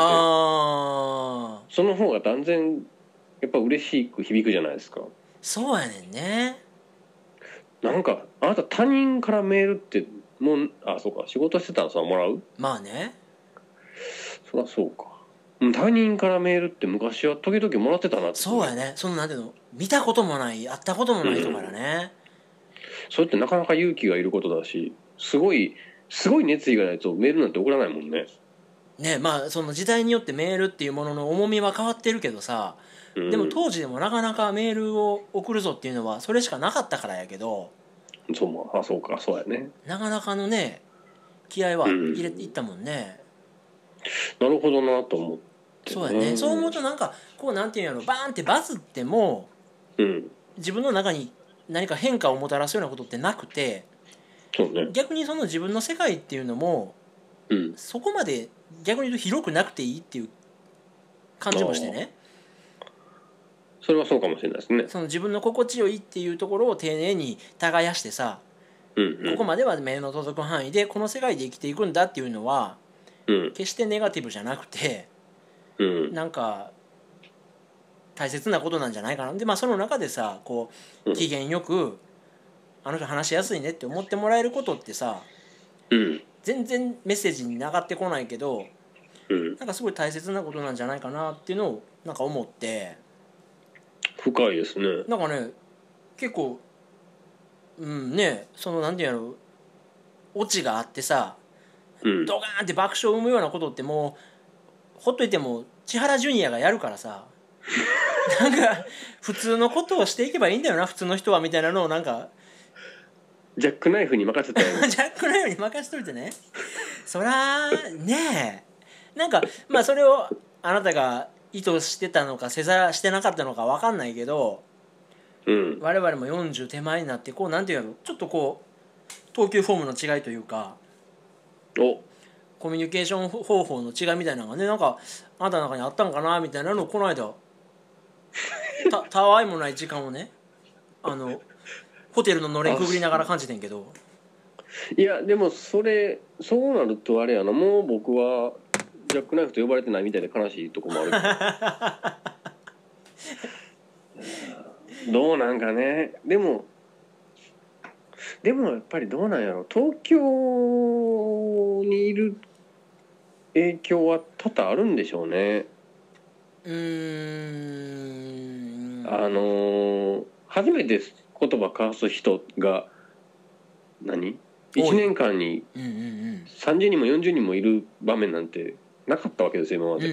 B: あ
C: その方が断然やっぱ嬉しく響くじゃないですか
B: そうやねんね
C: なんかあなた他人からメールってもうあそうか仕事してたらさもらう
B: まあね
C: そりゃそうかうん他人からメールって昔は時々もらってたなって
B: そうやねそのなんていうの見たこともない会ったこともない人からね、
C: それってなかなか勇気がいることだしすごいすごい熱意がないとメールなんて送らないもんね、
B: ねまあその時代によってメールっていうものの重みは変わってるけどさ、
C: うん
B: でも当時でもなかなかメールを送るぞっていうのはそれしかなかったからやけど
C: そうまああそうかそうやね
B: なかなかのね気合は
C: うん
B: 入れていったもんね、
C: なるほどなと思って
B: そうやね、そう思うとなんかこうなんていうんやろバーンってバズっても
C: うん
B: 自分の中に何か変化をもたらすようなことってなくて
C: そうね
B: 逆にその自分の世界っていうのも
C: うん
B: そこまで逆に言うと広くなくていいっていう感じもしてね
C: それはそうかもしれないですね
B: その自分の心地よいっていうところを丁寧に耕してさ
C: うんうん
B: ここまでは目の届く範囲でこの世界で生きていくんだっていうのは
C: うん
B: 決してネガティブじゃなくて
C: うん
B: なんか大切なことなんじゃないかなでまあその中でさこ
C: う
B: うん機嫌よくあの人話しやすいねって思ってもらえることってさ
C: うん
B: 全然メッセージに上がってこないけど
C: うん
B: なんかすごい大切なことなんじゃないかなっていうのをなんか思って
C: 深いですね
B: なんかね結構うんねそのなんていうのオチがあってさ
C: うん
B: ドカーンって爆笑を生むようなことってもうほっといても千原ジュニアがやるからさなんか普通のことをしていけばいいんだよな普通の人はみたいなのをなんか
C: ジャックナイフに任せたよ
B: ジャックのように任しといてねそらねえなんかまあそれをあなたが意図してたのかせざしてなかったのか分かんないけど
C: うん
B: 我々も40手前になってこうなんていうのちょっとこう投球フォームの違いというか
C: お
B: コミュニケーション方法の違いみたいなのがねなんかあなたの中にあったんかなみたいなのをこの間 たたわいもない時間をねあのホテルののれんくぐりながら感じてんけど
C: いやでもそれそうなるとあれやなもう僕はジャックナイフと呼ばれてないみたいで悲しいとこもあるけどどうなんかねでもでもやっぱりどうなんやろ東京にいる影響は多々あるんでしょうね、
B: うーん
C: あのー初めて言葉交わす人が何
B: 多い
C: ?1 年間に
B: うんうんうん
C: 30人も40人もいる場面なんてなかったわけですよ今ま
B: うんう
C: で、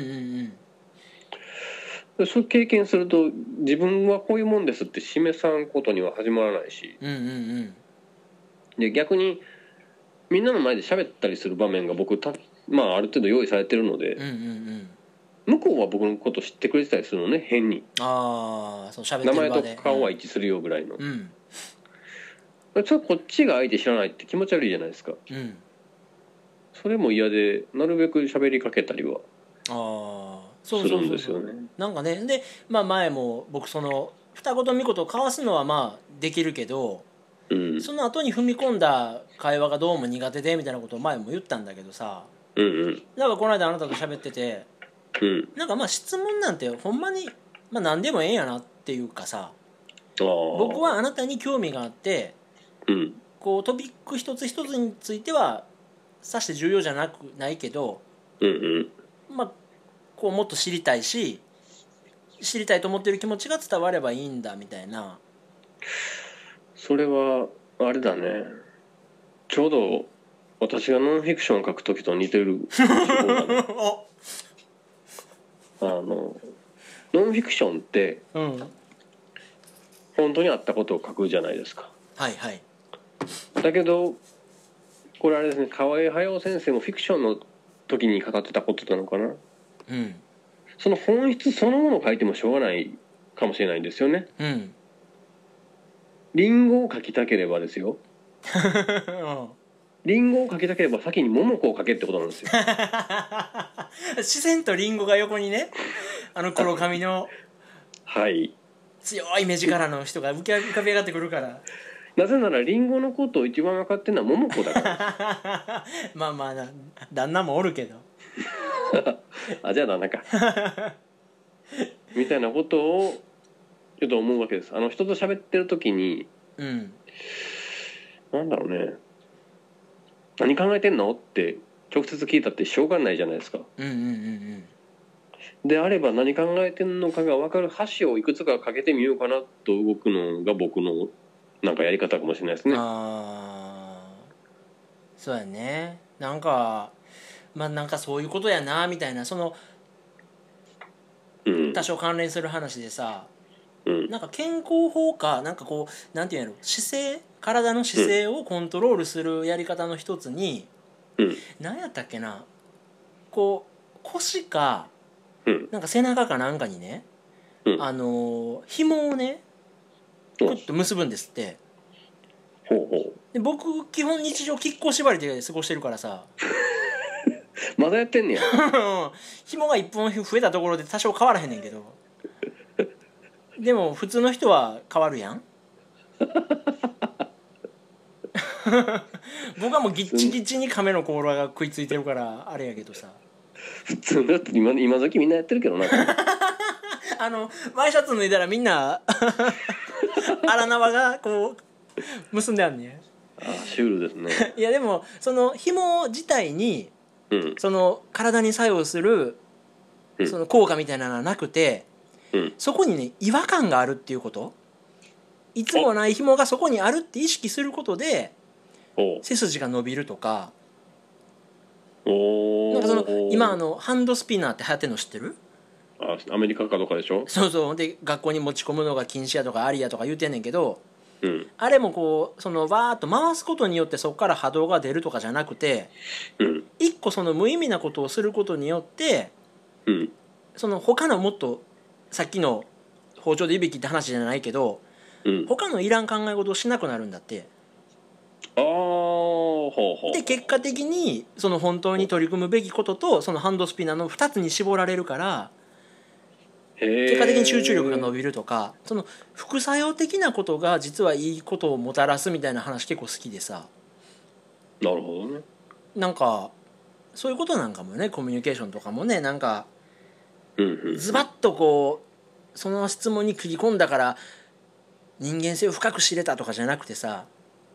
B: ん
C: そういう経験すると自分はこういうもんですって示さんことには始まらないし
B: うんうんうん
C: で逆にみんなの前で喋ったりする場面が僕た、まあ、ある程度用意されてるの
B: うんう
C: で
B: んうんうん
C: 向こうは僕のこと知ってくれてたりするのね変に
B: ああそう喋って
C: 名
B: る場
C: 前と
B: で
C: 顔は一致するよぐらいの
B: うん
C: それこっちが相手知らないって気持ち悪いじゃないですか
B: うん
C: それも嫌でなるべく喋りかけたりは
B: ああ
C: す
B: そうそ
C: る
B: うんそ
C: で
B: う
C: す
B: そう
C: よね
B: なんかねで、まあ、前も僕その二言三言を交わすのはまあできるけど
C: うん
B: その後に踏み込んだ会話がどうも苦手でみたいなことを前も言ったんだけどさ
C: うんうん
B: なんかこの間あなたと喋ってて
C: うん
B: なんかまあ質問なんてほんまに、まあ、何でもええんやなっていうか
C: あ
B: さ
C: あ
B: 僕はあなたに興味があって
C: うん
B: こうトピック一つ一つについてはさして重要じゃなくないけど
C: うんうん
B: まあ、こうもっと知りたいし知りたいと思ってる気持ちが伝わればいいんだみたいな
C: それはあれだねちょうど私がノンフィクションを書く時と似てる手法だねあのノンフィクションって
B: うんはい
C: 本当にあったことを書くじゃないですか
B: はい
C: だけどこれあれですね河合駿先生もフィクションの時に語ってたことなのかな
B: うん
C: その本質そのものを書いてもしょうがないかもしれないんですよね
B: うん
C: リンゴを書きたければですよリンゴを書きたければ先に桃子を書けってことなんですよ
B: 自然とリンゴが横にねあの黒髪の
C: はい
B: 強い目力の人が浮き浮かび上がってくるから
C: なぜならリンゴのことを一番分かってるのは桃子だから
B: まあまあな旦那もおるけど
C: あじゃあなんかみたいなことをちょっと思うわけですあの人と喋ってる時に
B: うん
C: なんだろうね何考えてんのって直接聞いたってしょうがないじゃないですか
B: うんうんうん
C: であれば何考えてんのかが分かる箸をいくつかかけてみようかなと動くのが僕のなんかやり方かもしれないです
B: うん、
C: ね
B: ああそうやねなんかまあなんかそういうことやなみたいなその
C: うん
B: 多少関連する話でさ
C: うん
B: なんか健康法かなんかこうなんていうんやろ姿勢体の姿勢をコントロールするやり方の一つに、
C: うん
B: なん、やったっけなこう腰か
C: うん
B: なんか背中かなんかにね、
C: うん
B: あのー紐をね
C: うん
B: クッと結ぶんですって
C: ほうほ
B: で僕基本日常亀甲縛りで過ごしてるからさ
C: うまだやってんねや
B: 紐が1本増えたところで多少変わらへんねんけどでも普通の人は変わるやん 僕はもうギッチギチに亀の甲羅が食いついてるからあれやけどさ
C: 普通だって今今時みんなやってるけどな
B: あのワイシャツ脱いだらみんな 荒縄がこう結んであんね
C: あシュールですね
B: んいやでもその紐自体に
C: うん
B: その体に作用する
C: うん
B: その効果みたいなのはなくて
C: うん
B: そこにね違和感があるっていうこといつもない紐がそこにあるって意識することで
C: おう
B: 背筋が伸びるとか
C: お
B: なんかその今あ
C: の
B: のハンドスピナーって流行ってるの知ってる
C: あアメリカかどっかでしょ
B: そうそうで学校に持ち込むのが禁止やとかありやとか言うてんねんけど
C: うん
B: あれもこうそのわーっと回すことによってそこから波動が出るとかじゃなくて
C: うん
B: 一個その無意味なことをすることによって
C: うん
B: その他のもっとさっきの包丁でいびきって話じゃないけど
C: うん
B: 他のいらん考え事をしなくなるんだって
C: ああほうほう
B: で結果的にその本当に取り組むべきこととそのハンドスピナーの2つに絞られるから
C: 結
B: 結果的に集中力が伸びるとかその副作用的なことが実はいいことをもたらすみたいな話結構好きでさ
C: なるほどね
B: なんかそういうことなんかもねコミュニケーションとかもねなんか
C: うんうん
B: ズバッとこうその質問に切り込んだから人間性を深く知れたとかじゃなくてさ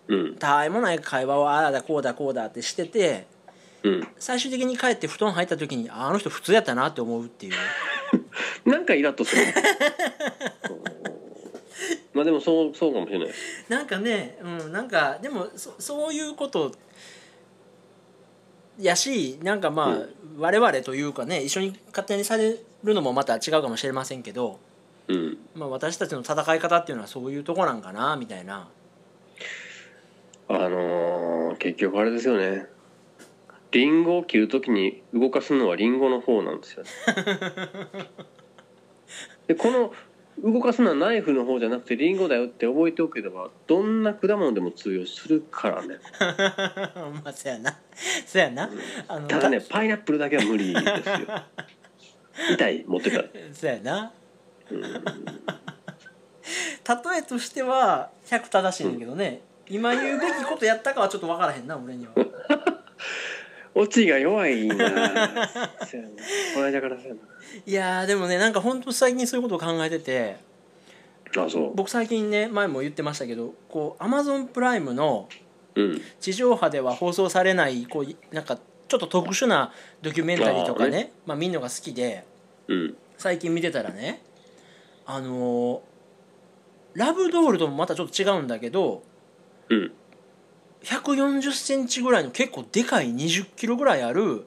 C: うん
B: たわいもない会話をああだこうだこうだってしてて
C: うん
B: 最終的に帰って布団入った時にああの人普通やったなって思うっていう
C: なんかイラッとするおーまあでもそうそうかもしれない
B: なんかねうんなんかでもそそういうことやしなんかまあ、
C: うん
B: 我々というかね一緒に勝手にされるのもまた違うかもしれませんけど、
C: うん
B: まあ、私たちの戦い方っていうのはそういうとこなんかなみたいな
C: あのー結局あれですよねリンゴを切るときに動かすのはリンゴの方なんですよねでこの動かすのはナイフの方じゃなくてリンゴだよって覚えておけばどんな果物でも通用するからね
B: まあそやなそやなあの
C: ただねパイナップルだけは無理ですよ痛い持ってたら
B: そやな
C: うん
B: 例えとしては100正しいんだけどね、今言うべきことやったかはちょっと分からへんな俺には
C: オチが弱いなそうやなこの間からそうや
B: いやーでもねなんかほんと最近そういうことを考えてて
C: なあそ
B: 僕最近ね前も言ってましたけどこう Amazon プライムの
C: ううん
B: 地上波では放送されないこういなんかちょっと特殊なドキュメンタリーとか
C: あー
B: ねまあ、見るのが好きで
C: うん
B: 最近見てたらねあのーラブドールともまたちょっと違うんだけど
C: うん
B: 1 4 0ンチぐらいの結構でかい2 0キロぐらいある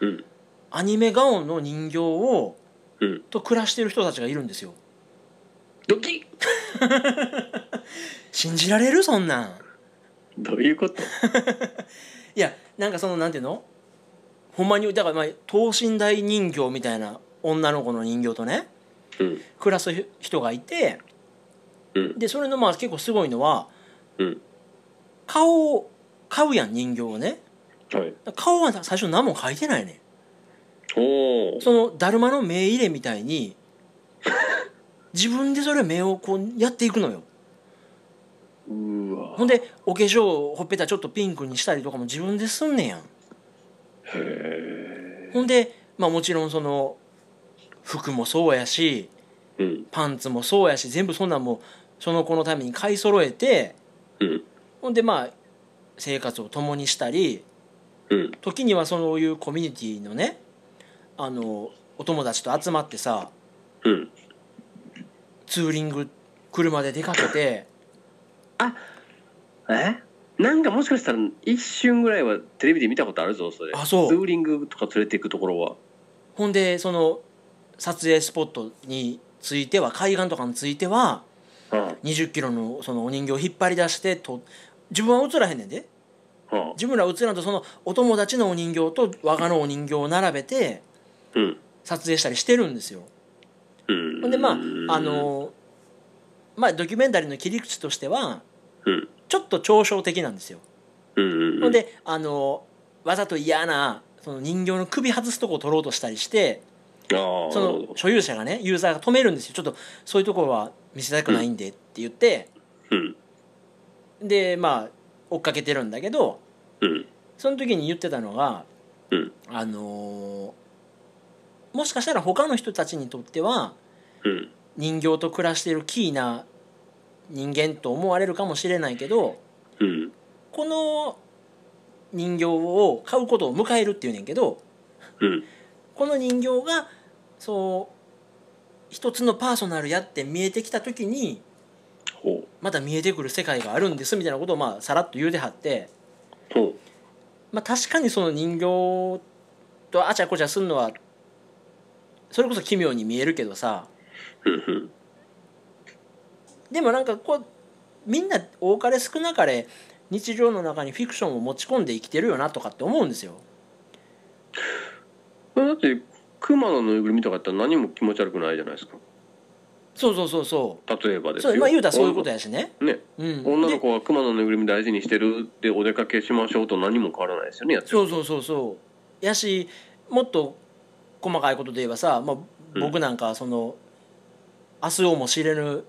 C: うん
B: アニメ顔の人形を
C: うん
B: と暮らしてる人たちがいるんですよ
C: ドキッ
B: 信じられるそんなん
C: どういうこと
B: いやなんかそのなんていうのほんまにだからまあ等身大人形みたいな女の子の人形とね
C: うん
B: 暮らすひ人がいて
C: うん
B: でそれのまあ結構すごいのは
C: うん
B: 顔を買うやん人形をね
C: はい
B: 顔は最初何も描いてないね
C: おお
B: んそのだるまの目入れみた いに自分でそれ目をこうやっていくのよ
C: うわ
B: ほんでお化粧をほっぺたちょっとピンクにしたりとかも自分ですんねんやん
C: へえ
B: ほんで、まあ、もちろんその服もそうやし
C: うん
B: パンツもそうやし全部そんなんもうその子のために買い揃えて
C: うん
B: ほんでまあ生活を共にしたり
C: うん
B: 時にはそういうコミュニティのねあのお友達と集まってさ
C: うん
B: ツーリング車で出かけて
C: えなんかもしかしたら一瞬ぐらいはテレビで見たことあるぞそれ
B: あそう
C: ツーリングとか連れていくところは
B: ほんでその撮影スポットについては海岸とかについては
C: は
B: 2 0キロのそのお人形を引っ張り出してと自分は映らへんねんで
C: あはあ
B: 自分ら映らんとそのお友達のお人形と我がのお人形を並べて
C: うん
B: 撮影したりしてるんですよ。
C: うん
B: ほんでまああのまあドキュメンタリーの切り口としては
C: うん
B: ちょっと嘲笑的なんですよ。
C: うんうん
B: ほんであのわざと嫌なその人形の首外すとこを取ろうとしたりして
C: ああ
B: その所有者がねユーザーが止めるんですよちょっとそういうところは見せたくないんでって言って、
C: うん
B: でまあ追っかけてるんだけど
C: うん
B: その時に言ってたのが
C: うん
B: あのーもしかしたら他の人たちにとっては
C: うん
B: 人形と暮らしてるキーな人間と思われるかもしれないけど
C: うん
B: この人形を買うことを迎えるっていうねんけど
C: うん
B: この人形がそう一つのパーソナルやって見えてきた時に
C: ほ
B: また見えてくる世界があるんですみたいなことをまあさらっと言うてはって、
C: うほ
B: まあ、確かにその人形とあちゃこちゃすんのはそれこそ奇妙に見えるけどさ
C: ううんうん
B: でもなんかこうみんな多かれ少なかれ日常の中にフィクションを持ち込んで生きてるよなとかって思うんですよ。
C: これだって熊のぬいぐるみとかやったら何も気持ち悪くないじゃないですか
B: そうそうそうそ
C: 例えば
B: う。
C: です
B: そ
C: よ
B: う今言うたらそういうことやしね。
C: ね
B: うん、
C: 女の
B: で
C: 子は熊のぬいぐるみ大事にしてるでお出かけしましょうと何も変わらないですよねやってる
B: そうそうそうそうやしもっと細かいことで言えばさ、まあ、
C: うん
B: 僕なんかはその、明日をも知れぬ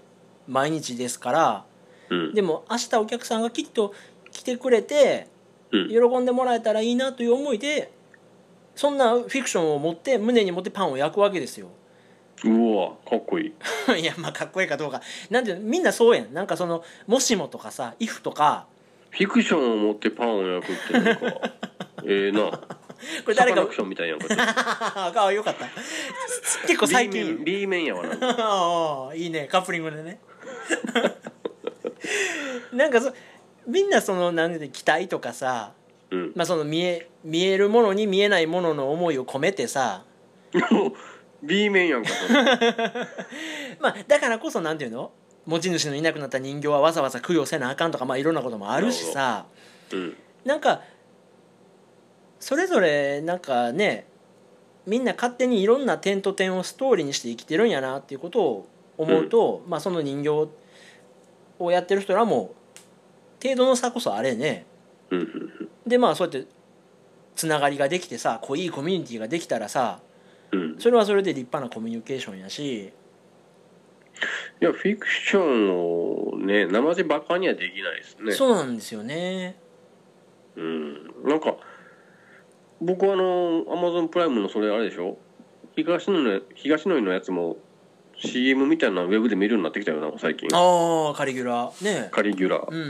B: 毎日ですから
C: うん
B: でも明日お客さんがきっと来てくれて
C: うん
B: 喜んでもらえたらいいなという思いでそんなフィクションを持って胸に持ってパンを焼くわけですよ。
C: うわかっこいい
B: いやまあかっこいいかどうかなんていうのみんなそうやんなんかその「もしも」とかさ「イフ」とか
C: フィクションを持ってパンを焼くってなんかええな
B: これ
C: サカ
B: 誰か
C: ナクションみたいなこと
B: ああよかった結構最近
C: B 面やわな
B: ああいいねカップリングでね なんかそみんなそのなんで期待とかさ、
C: うん
B: まあ、その見え見えるものに見えないものの思いを込めてさ、
C: もう B 面やんかそれ
B: まあ、だからこそなんていうの持ち主のいなくなった人形はわざわざ供養せなあかんとか、まあ、いろんなこともあるしさ
C: うん
B: なんかそれぞれなんかねみんな勝手にいろんな点と点をストーリーにして生きてるんやなっていうことを思うと、まあその人形をやってる人らも程度の差こそあれね
C: うんうん
B: でまあそうやってつながりができてさこういいコミュニティができたらさ
C: うん
B: それはそれで立派なコミュニケーションやし
C: いやフィクションをね生地バカにはできないですね
B: そうなんですよね
C: うんなんか僕はあのアマゾンプライムのそれあれでしょ東野の東野のやつも CM みたいなのウェブで見るようになってきたよな最近
B: ああカリギュラね
C: カリギュラー
B: うんうん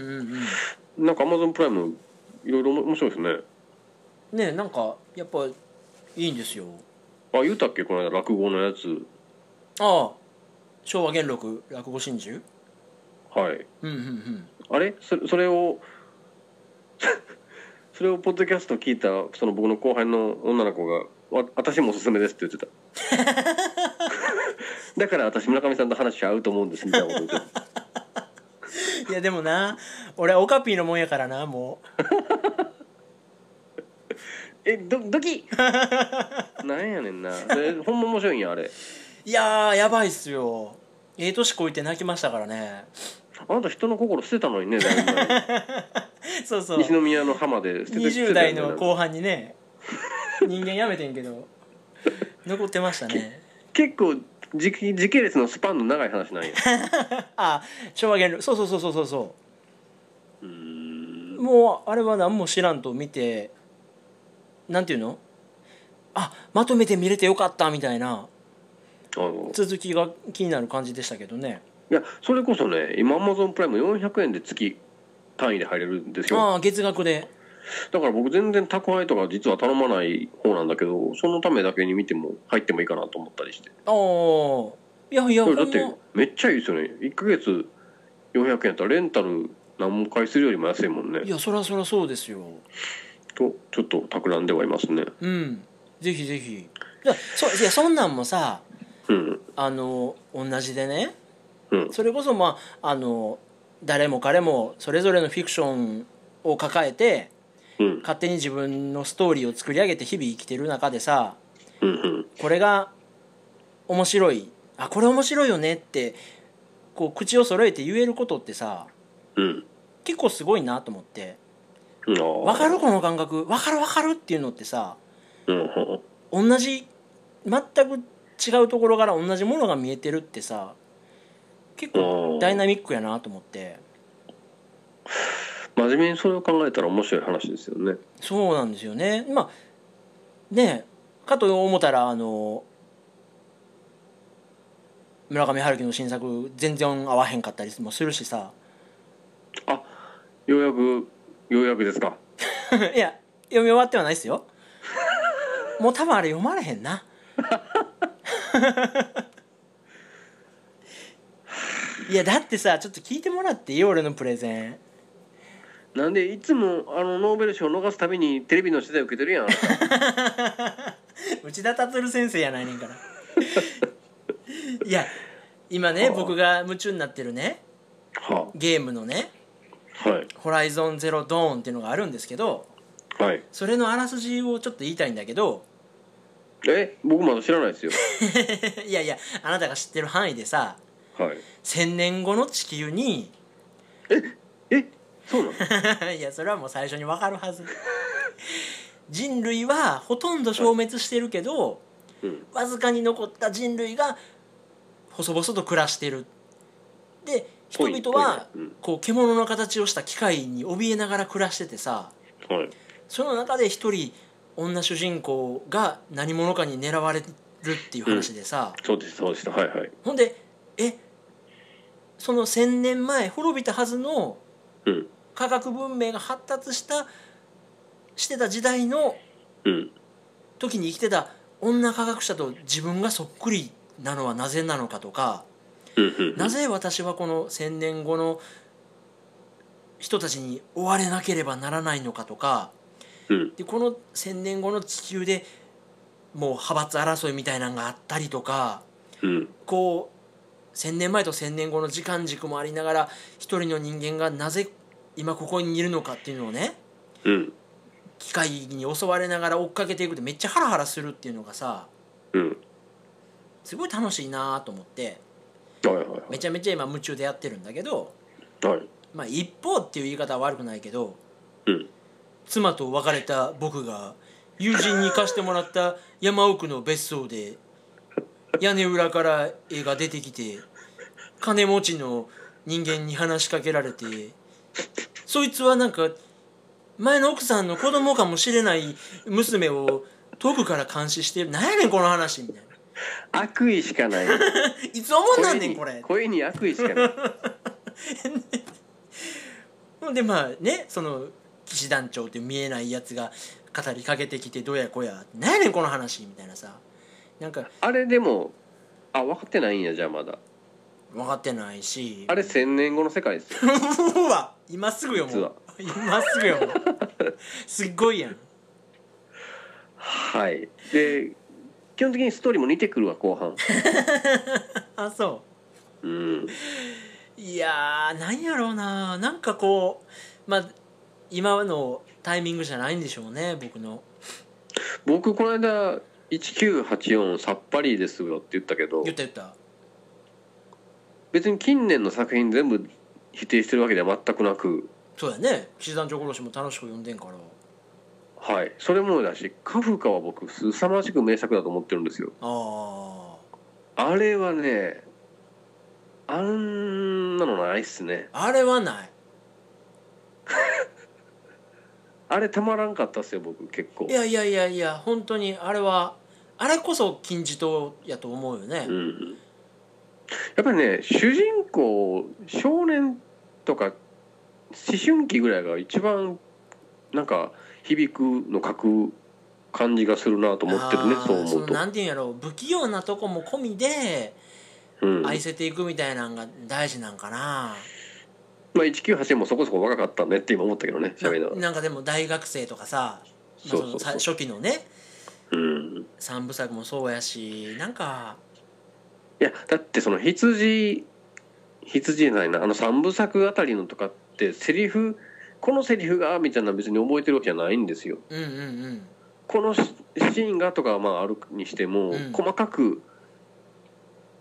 B: うん
C: なんかアマゾンプライムいろいろ面白いですね
B: ねなんかやっぱいいんですよ
C: あ言うたっけこの間落語のやつ
B: ああ昭和元禄落語真珠
C: はい
B: うんうんうん
C: あれそそれを それをポッドキャスト聞いたその僕の後輩の女の子が「わ私もおすすめです」って言ってただから私村上さんと話合うと思うんですみたいなこと言ってた
B: いやでもな俺オカピーのもんやからなも
C: えどドキなんやねんなえほんま面白いんやあれ
B: ういやーやばいっすよええ年こいて泣きましたからね
C: あなた人の心捨てたのにねだいぶ前
B: そう そう
C: 西宮の浜で捨てて捨て
B: 20
C: たよ
B: 代
C: ね
B: の後半にね人間やめてんけど残ってましたね
C: 結構時期時系列のスパンの長い話なんや
B: あ昭和元禄そうそうそうそうそうそう
C: ーん
B: うもうあれは何も知らんと見てなんていうのあまとめて見れてよかったみたいな
C: あの
B: 続きが気になる感じでしたけどね
C: いやそれこそね今アマゾンプライム400円で月単位で入れるんですよ
B: ああ月額で
C: だから僕全然宅配とか実は頼まない方なんだけどそのためだけに見ても入ってもいいかなと思ったりして
B: ああいやいや
C: こ
B: ほ
C: れ
B: ん
C: だ
B: ま
C: ってめっちゃいいですよね1ヶ月400円やったらレンタル何も回するよりも安いもんね
B: いやそらそらそうですよ
C: とちょっと企んではいますね
B: うんぜひぜひいやそいやそんなんもさ
C: うん
B: あの同じでね
C: うん
B: それこそまああの誰も彼もそれぞれのフィクションを抱えて
C: うん
B: 勝手に自分のストーリーを作り上げて日々生きてる中でさ
C: うんうん
B: これが面白いあこれ面白いよねってこう口を揃えて言えることってさ
C: うん
B: 結構すごいなと思って
C: うんあ
B: わ
C: ー
B: かるこの感覚わかるわかるっていうのってさ
C: うんうん
B: 同じ全く違うところから同じものが見えてるってさ結構ダイナミックやなと思って
C: 真面目にそれを考えたら面白い話ですよね
B: そうなんですよねまあねえかと思ったらあの村上春樹の新作全然合わへんかったりもするしさ
C: あようやくようやくですか
B: いや読み終わってはないですよもう多分あれ読まれへんな いやだってさちょっと聞いてもらっていい俺のプレゼン
C: なんでいつもあのノーベル賞を逃すたびにテレビの取材受けて るやん
B: 内田達先生やないねんから いや今ね
C: はあ
B: 僕が夢中になってるね
C: は
B: ゲームのね
C: あはい
B: 「ホライゾンゼロドーン」っていうのがあるんですけど
C: はい
B: それのあらすじをちょっと言いたいんだけど
C: え僕まだ知らないですよ
B: いやいやあなたが知ってる範囲でさ
C: はい
B: 1,000年後の地球に
C: えそうなの
B: いやそれはもう最初にわかるはず人類はほとんど消滅してるけど、
C: うん
B: わずかに残った人類が細々と暮らしてるで人
C: ぽい
B: 々は
C: ぽいねうん
B: こう獣の形をした機械に怯えながら暮らしててさ
C: はい
B: その中で一人女主人公が何者かに狙われるっていう話でさ、
C: そうでしたそうでしたはいはい
B: ほんでえその1,000年前滅びたはずの
C: うん
B: 科学文明が発達したしてた時代の
C: うん
B: 時に生きてた女科学者と自分がそっくりなのはなぜなのかとか
C: うんうん
B: なぜ私はこの1,000年後の人たちに追われなければならないのかとか
C: うん
B: でこの1,000年後の地球でもう派閥争いみたいなのがあったりとか
C: うん
B: こう1,000年前と1,000年後の時間軸もありながら一人の人間がなぜ今ここにいるのかっていうのをね
C: うん
B: 機械に襲われながら追っかけていくってめっちゃハラハラするっていうのがさ
C: うん
B: すごい楽しいなと思って
C: はいはいは
B: めちゃめちゃ今夢中でやってるんだけど
C: いはい
B: まあ一方っていう言い方は悪くないけど
C: うん
B: 妻と別れた僕が友人に貸してもらった山奥の別荘で屋根裏から絵が出てきて金持ちの人間に話しかけられてそいつはなんか前の奥さんの子供かもしれない娘を遠くから監視してるなんやねんこの話みたいな
C: 悪意しか ない
B: いつおもんなんねんこれ
C: 声に悪意しかない
B: ほんでまあねその騎士団長っていう見えないやつが語りかけてきてどやこやなんやねんこの話みたいなさなんか
C: あれでもあ分かってないんやじゃあまだ
B: 分かってないし
C: あれ千年後の世界ですよ
B: うわ 今すぐよも
C: 実は
B: う今すぐよもう すっごいやん
C: はいで基本的にストーリーも似てくるわ後半
B: あそ
C: うん
B: ういやーなんやろうななんかこうまあ今のタイミングじゃないんでしょうね僕の
C: 僕この間1984さっぱりですよって言ったけど
B: 言った言った
C: 別に近年の作品全部否定してるわけでは全くなく
B: そうだよね騎士団長殺しも楽しく読んでんから
C: はいそれもだしカフカは僕凄まじく名作だと思ってるんですよ
B: あ
C: あれはねあんなのないっすね
B: ああれはない
C: あれたまらんかったっすよ僕結構
B: いやいやいやいや本当にあれはあれこそ金字塔やと思うよね、
C: うんやっぱりね主人公少年とか思春期ぐらいが一番なんか響くの書く感じがするなと思ってるね
B: あー
C: そう思
B: の
C: うと
B: なんていうんやろう不器用なとこも込みで
C: うんまあ
B: 愛せていくみたいなんが大事なんかな、
C: 198もそこそこ若かったねって今思ったけどね喋りながら
B: なんかでも大学生とかさ、ま
C: そ
B: あ、
C: うそ
B: そ
C: うそう
B: のさ初期のね
C: うん
B: 三部作もそうやしなんか
C: いやだってその羊羊じゃないなあの三部作あたりのとかってセリフこのセリフがみたいなの別に覚えてるわけじゃないんですよ
B: うんうんうん
C: このシシーンがとかはまああるにしても、
B: うん
C: 細かく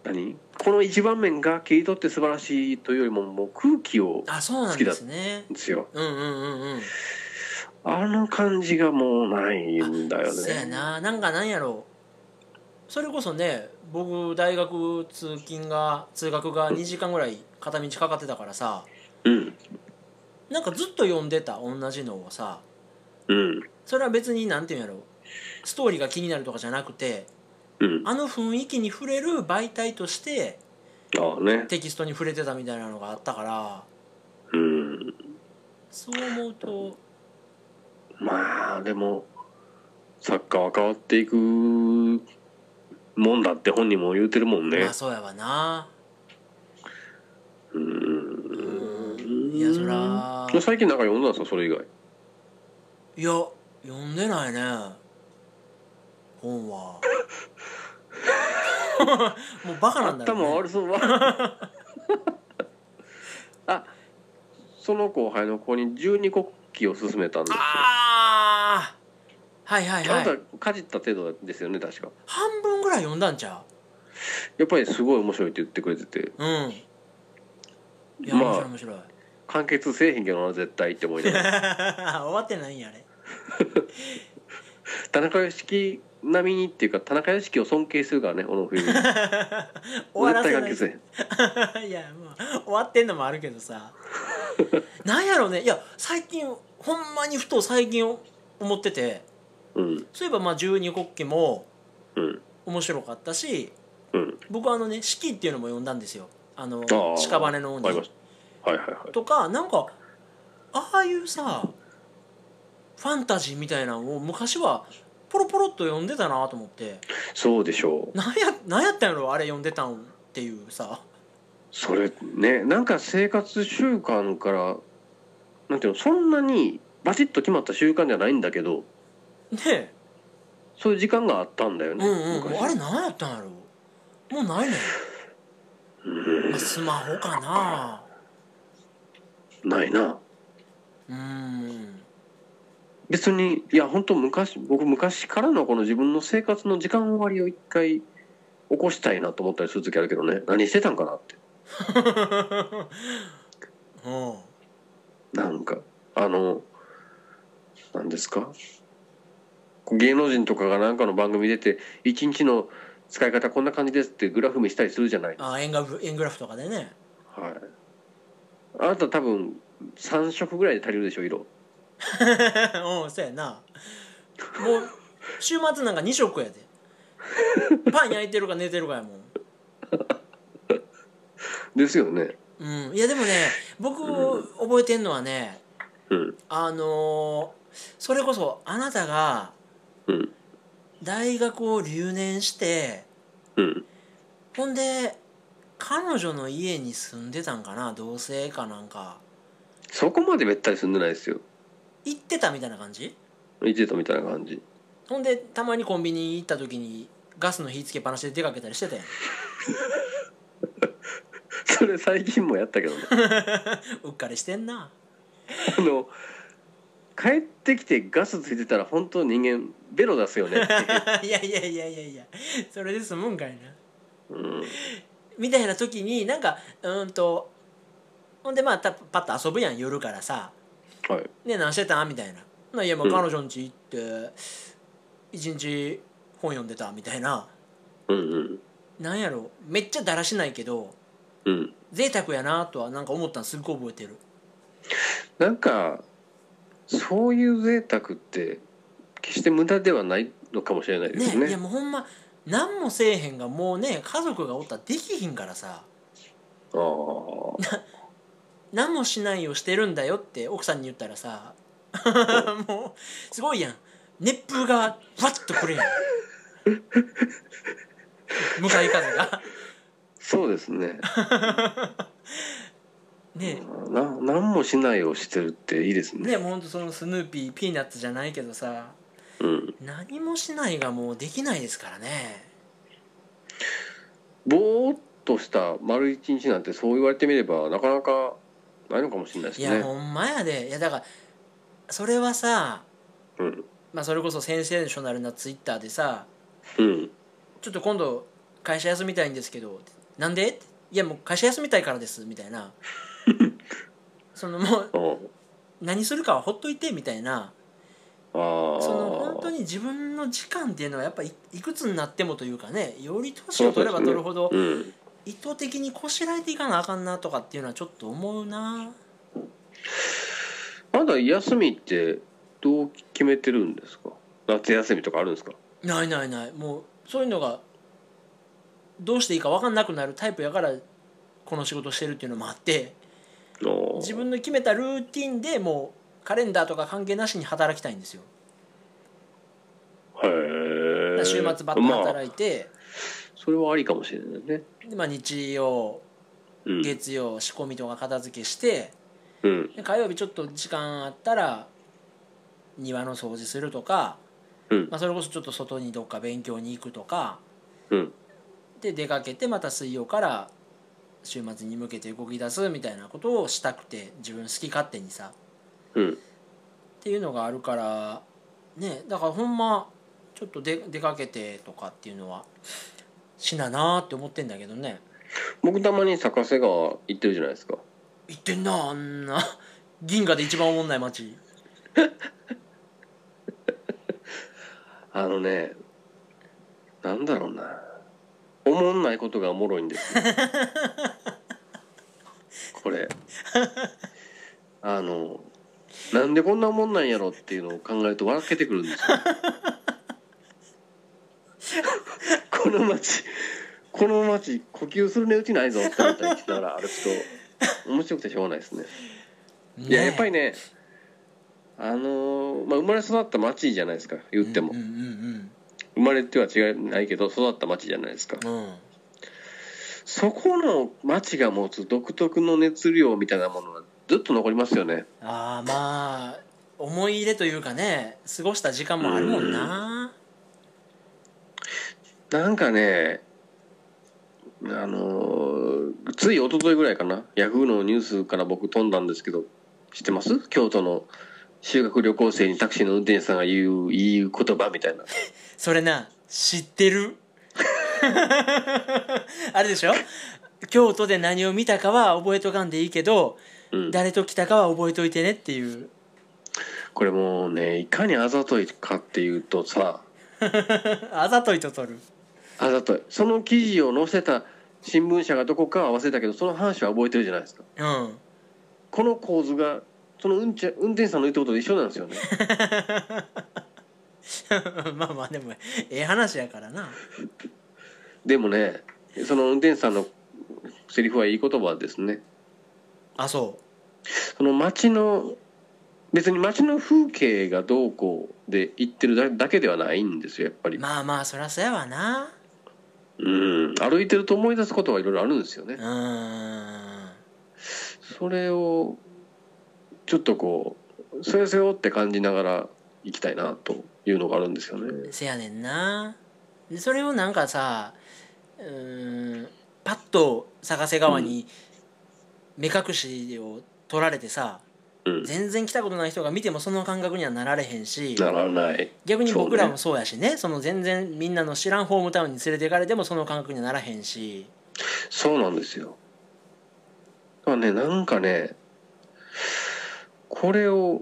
C: 何この一番面が切り取って素晴らしいというよりももう空気を
B: あそうなんですね
C: ですよ
B: うんうんうんうん
C: あの感じがもうないんだよ
B: そうや
C: ね
B: ななんかなんやろうそれこそね僕大学通勤が通学が2時間ぐらい片道かかってたからさ
C: うん
B: なんかずっと読んでた同じのをさ
C: うん
B: それは別になんていうんやろストーリーが気になるとかじゃなくて
C: うん
B: あの雰囲気に触れる媒体として
C: ああね
B: テキストに触れてたみたいなのがあったから
C: うん
B: そう思うと
C: まあでも作家は変わっていくもんだって本人も言うてるもんね、
B: まあそうやわな
C: う
B: うんんいやそら
C: 最近なんか読んだんですかそれ以外
B: いや読んでないね本は もうバカなんだ
C: 頭
B: よ、ね、
C: 悪 そうわあその後輩の子に十二国旗を勧めたんですよあ
B: ああはいはいは
C: ないたかじった程度ですよね確か
B: 半分ぐらい読んだんちゃ
C: やっぱりすごい面白いって言ってくれてて
B: ううんいや
C: まあ
B: 面白い面白い
C: 完結せえへんけどな絶対って思いながら
B: 終わってないんやあれ
C: 田中良樹並みにっていうか田中良樹を尊敬するからね小野冬美絶
B: 終わら
C: 対
B: せ
C: 完
B: ない
C: 結せえへん
B: いやもう終わってんのもあるけど さなんやろうねいや最近ほんまにふと最近思ってて
C: うん
B: そういえばまあ十二国旗も
C: うん
B: 面白かったし
C: うん
B: 僕あのね「四季」っていうのも読んだんですよあの
C: ああ
B: 屍の
C: わかりま
B: 鬼
C: したはいはいはい
B: とかなんかああいうさファンタジーみたいなのを昔はポロポロっと読んでたなと思って
C: そうでしょう
B: なんやなんやったんやろあれ読んでたんっていうさ
C: それねなんか生活習慣からなんていうのそんなにバシッと決まった習慣じゃないんだけど
B: ねえ
C: そういう時間があったんだよ
B: う
C: ね、
B: んうん、
C: 昔
B: あれ何やったんやろもうないね
C: うん
B: まあスマホかな
C: ないな
B: うん
C: 別にいや本当昔僕昔からのこの自分の生活の時間割を一回起こしたいなと思ったりする時あるけどね何してたんかなって
B: うん
C: なんかあの何ですか芸能人とかが何かの番組出て一日の使い方こんな感じですってグラフ見したりするじゃない
B: あ円グラフ円グラフとかでね
C: はい。あなた多分3色ぐらいで足りるでしょ色。
B: うんそうやなもう週末なんか2食やでパン焼いてるか寝てるかやもん
C: ですよね。
B: うんいやでもね僕覚えてんのはね
C: うん
B: あのーそれこそあなたが
C: うん
B: 大学を留年して
C: うん
B: ほんで彼女の家に住んでたんかな同棲かなんか
C: そこまでべったり住んでないですよ。
B: 行ってたみたいな感じ
C: 一時とみたいな感じ。
B: ほんでたまにコンビニ行った時にガスの火つけっぱなしで出かけたりしてたやん
C: それ最近もやったけどね。
B: うっかりしてんな
C: あの帰ってきてガスついてたら本当人間ベロ出すよね。
B: いやいやいやいやいやそれで済むんかい
C: う
B: な
C: ん
B: みたいな時になんかうーんとほんでまあたパッと遊ぶやん夜からさ
C: はい。
B: 「ね何してた?」みたいな「ないやまあ
C: うん
B: 彼女ん家行って一日本読んでた」みたいな
C: うんうん
B: なんやろめっちゃだらしないけど
C: うん。
B: 贅沢やなとはなんか思ったのすっごい覚えてる
C: なんかそういう贅沢って決して無駄ではないのかもしれないです
B: ね
C: ね。
B: いやもうほんま何もせえへんがもうね家族がおったらできひんからさ
C: ああ。
B: 何もしないをしてるんだよって奥さんに言ったらさ もうすごいやん熱風がわっと くるやん向かい風が
C: そうです ね。
B: ね
C: な何もしないをしてるっていいです
B: え
C: ね。
B: ねえもうほんとそのスヌーピーピーナッツじゃないけどさ
C: うん、
B: 何もしないがもうできないですからね
C: ぼーっとした丸一日なんてそう言われてみればなかなかないのかもしれないです
B: いや、
C: ね。
B: ほんまやでいやだからそれはさ、
C: うん、
B: まあ、それこそセンセーショナルなツイッターでさ
C: うん、
B: 「ちょっと今度会社休みたいんですけど」なんで?」いやもう会社休みたいからです」みた いなそのもう
C: あ
B: 何するかはほっといてみたいな
C: あー、
B: その本当に自分の時間っていうのはやっぱいいくつになってもというかねより年を取れば取るほど
C: うん、
B: 意図的にこしらえていかなあかんなとかっていうのはちょっと思うな
C: まだ休みってどう決めてるんですか夏休みとかあるんですか
B: ないないないもうそういうのがどうしていいか分かんなくなるタイプやからこの仕事してるっていうのもあって
C: おー
B: 自分の決めたルーティンでもうカレンダーとか関係なしに働きたいんですよ
C: へ
B: 週
C: え
B: 末バッと
C: まあ、
B: 働いて、
C: それはありかもしれないね
B: でまあ、日曜
C: うん、
B: 月曜仕込みとか片付けして
C: うん
B: で火曜日ちょっと時間あったら庭の掃除するとか、
C: うん
B: まあ、それこそちょっと外にどっか勉強に行くとか
C: うん
B: で出かけてまた水曜から週末に向けて動き出すみたいなことをしたくて自分好き勝手にさ
C: うん
B: っていうのがあるからねだからほんまちょっと出出かけてとかっていうのはしななーって思ってんだけどね
C: 僕たまに坂瀬川行ってるじゃないですか
B: 行ってんなあんな銀河で一番おもんない街
C: あのねなんだろうなおもんないことがおもろいんですよこれあのなんでこんなおもんないんやろっていうのを考えると笑けてくるんですよこの街この街呼吸する値打ちないぞって思ったりしながら歩くと面白くてしょうがないですねいややっぱり
B: ね
C: ねあのまあ、生まれ育った町じゃないですか言っても
B: うんうん
C: 生まれては違いないけど育った町じゃないですか
B: うんうん、うん
C: そこの町が持つ独特の熱量みたいなものがずっと残りますよね
B: ああまあ思い入れというかね過ごした時間もあるもんな
C: なんかねあのーつい一昨日ぐらいかなヤフーのニュースから僕飛んだんですけど知ってます京都の修学旅行生にタクシーの運転手さんが言う言う言葉みたいな
B: それな知ってる あれでしょ京都で何を見たかは覚えとかんでいいけど、
C: うん
B: 誰と来たかは覚えといてねっていう
C: これもうねいかにあざといかっていうとさ
B: あざといと取る
C: あざといその記事を載せた新聞社がどこかは忘れたけどその話は覚えてるじゃないですか
B: うん
C: この構図がその運転運転手さんの言ったことと一緒なんですよね
B: まあまあでもええ話やからな
C: でもねその運転手さんのセリフはいい言葉ですね
B: あそ
C: その街の別に街の風景がどうこうで言ってるだだけではないんですよやっぱ
B: う
C: り
B: まあまあそりゃそうやわな
C: うん歩いてると思い出すことはいろいろあるんですよ
B: う
C: ね
B: ーん
C: それをちょっとこうそよそよって感じながら行きたいなというのがあるんですよね
B: せやねんなでそれをなんかさうーんパッと探せ側に目隠しを取られてさ、
C: うん
B: 全然来たことない人が見てもその感覚にはなられへんし
C: ならない
B: 逆に僕らも
C: そ
B: そうやしねその全然みんなの知らんホームタウンに連れて行かれてもその感覚にはならへんし
C: う,、そうなんですよだからねなんかねこれを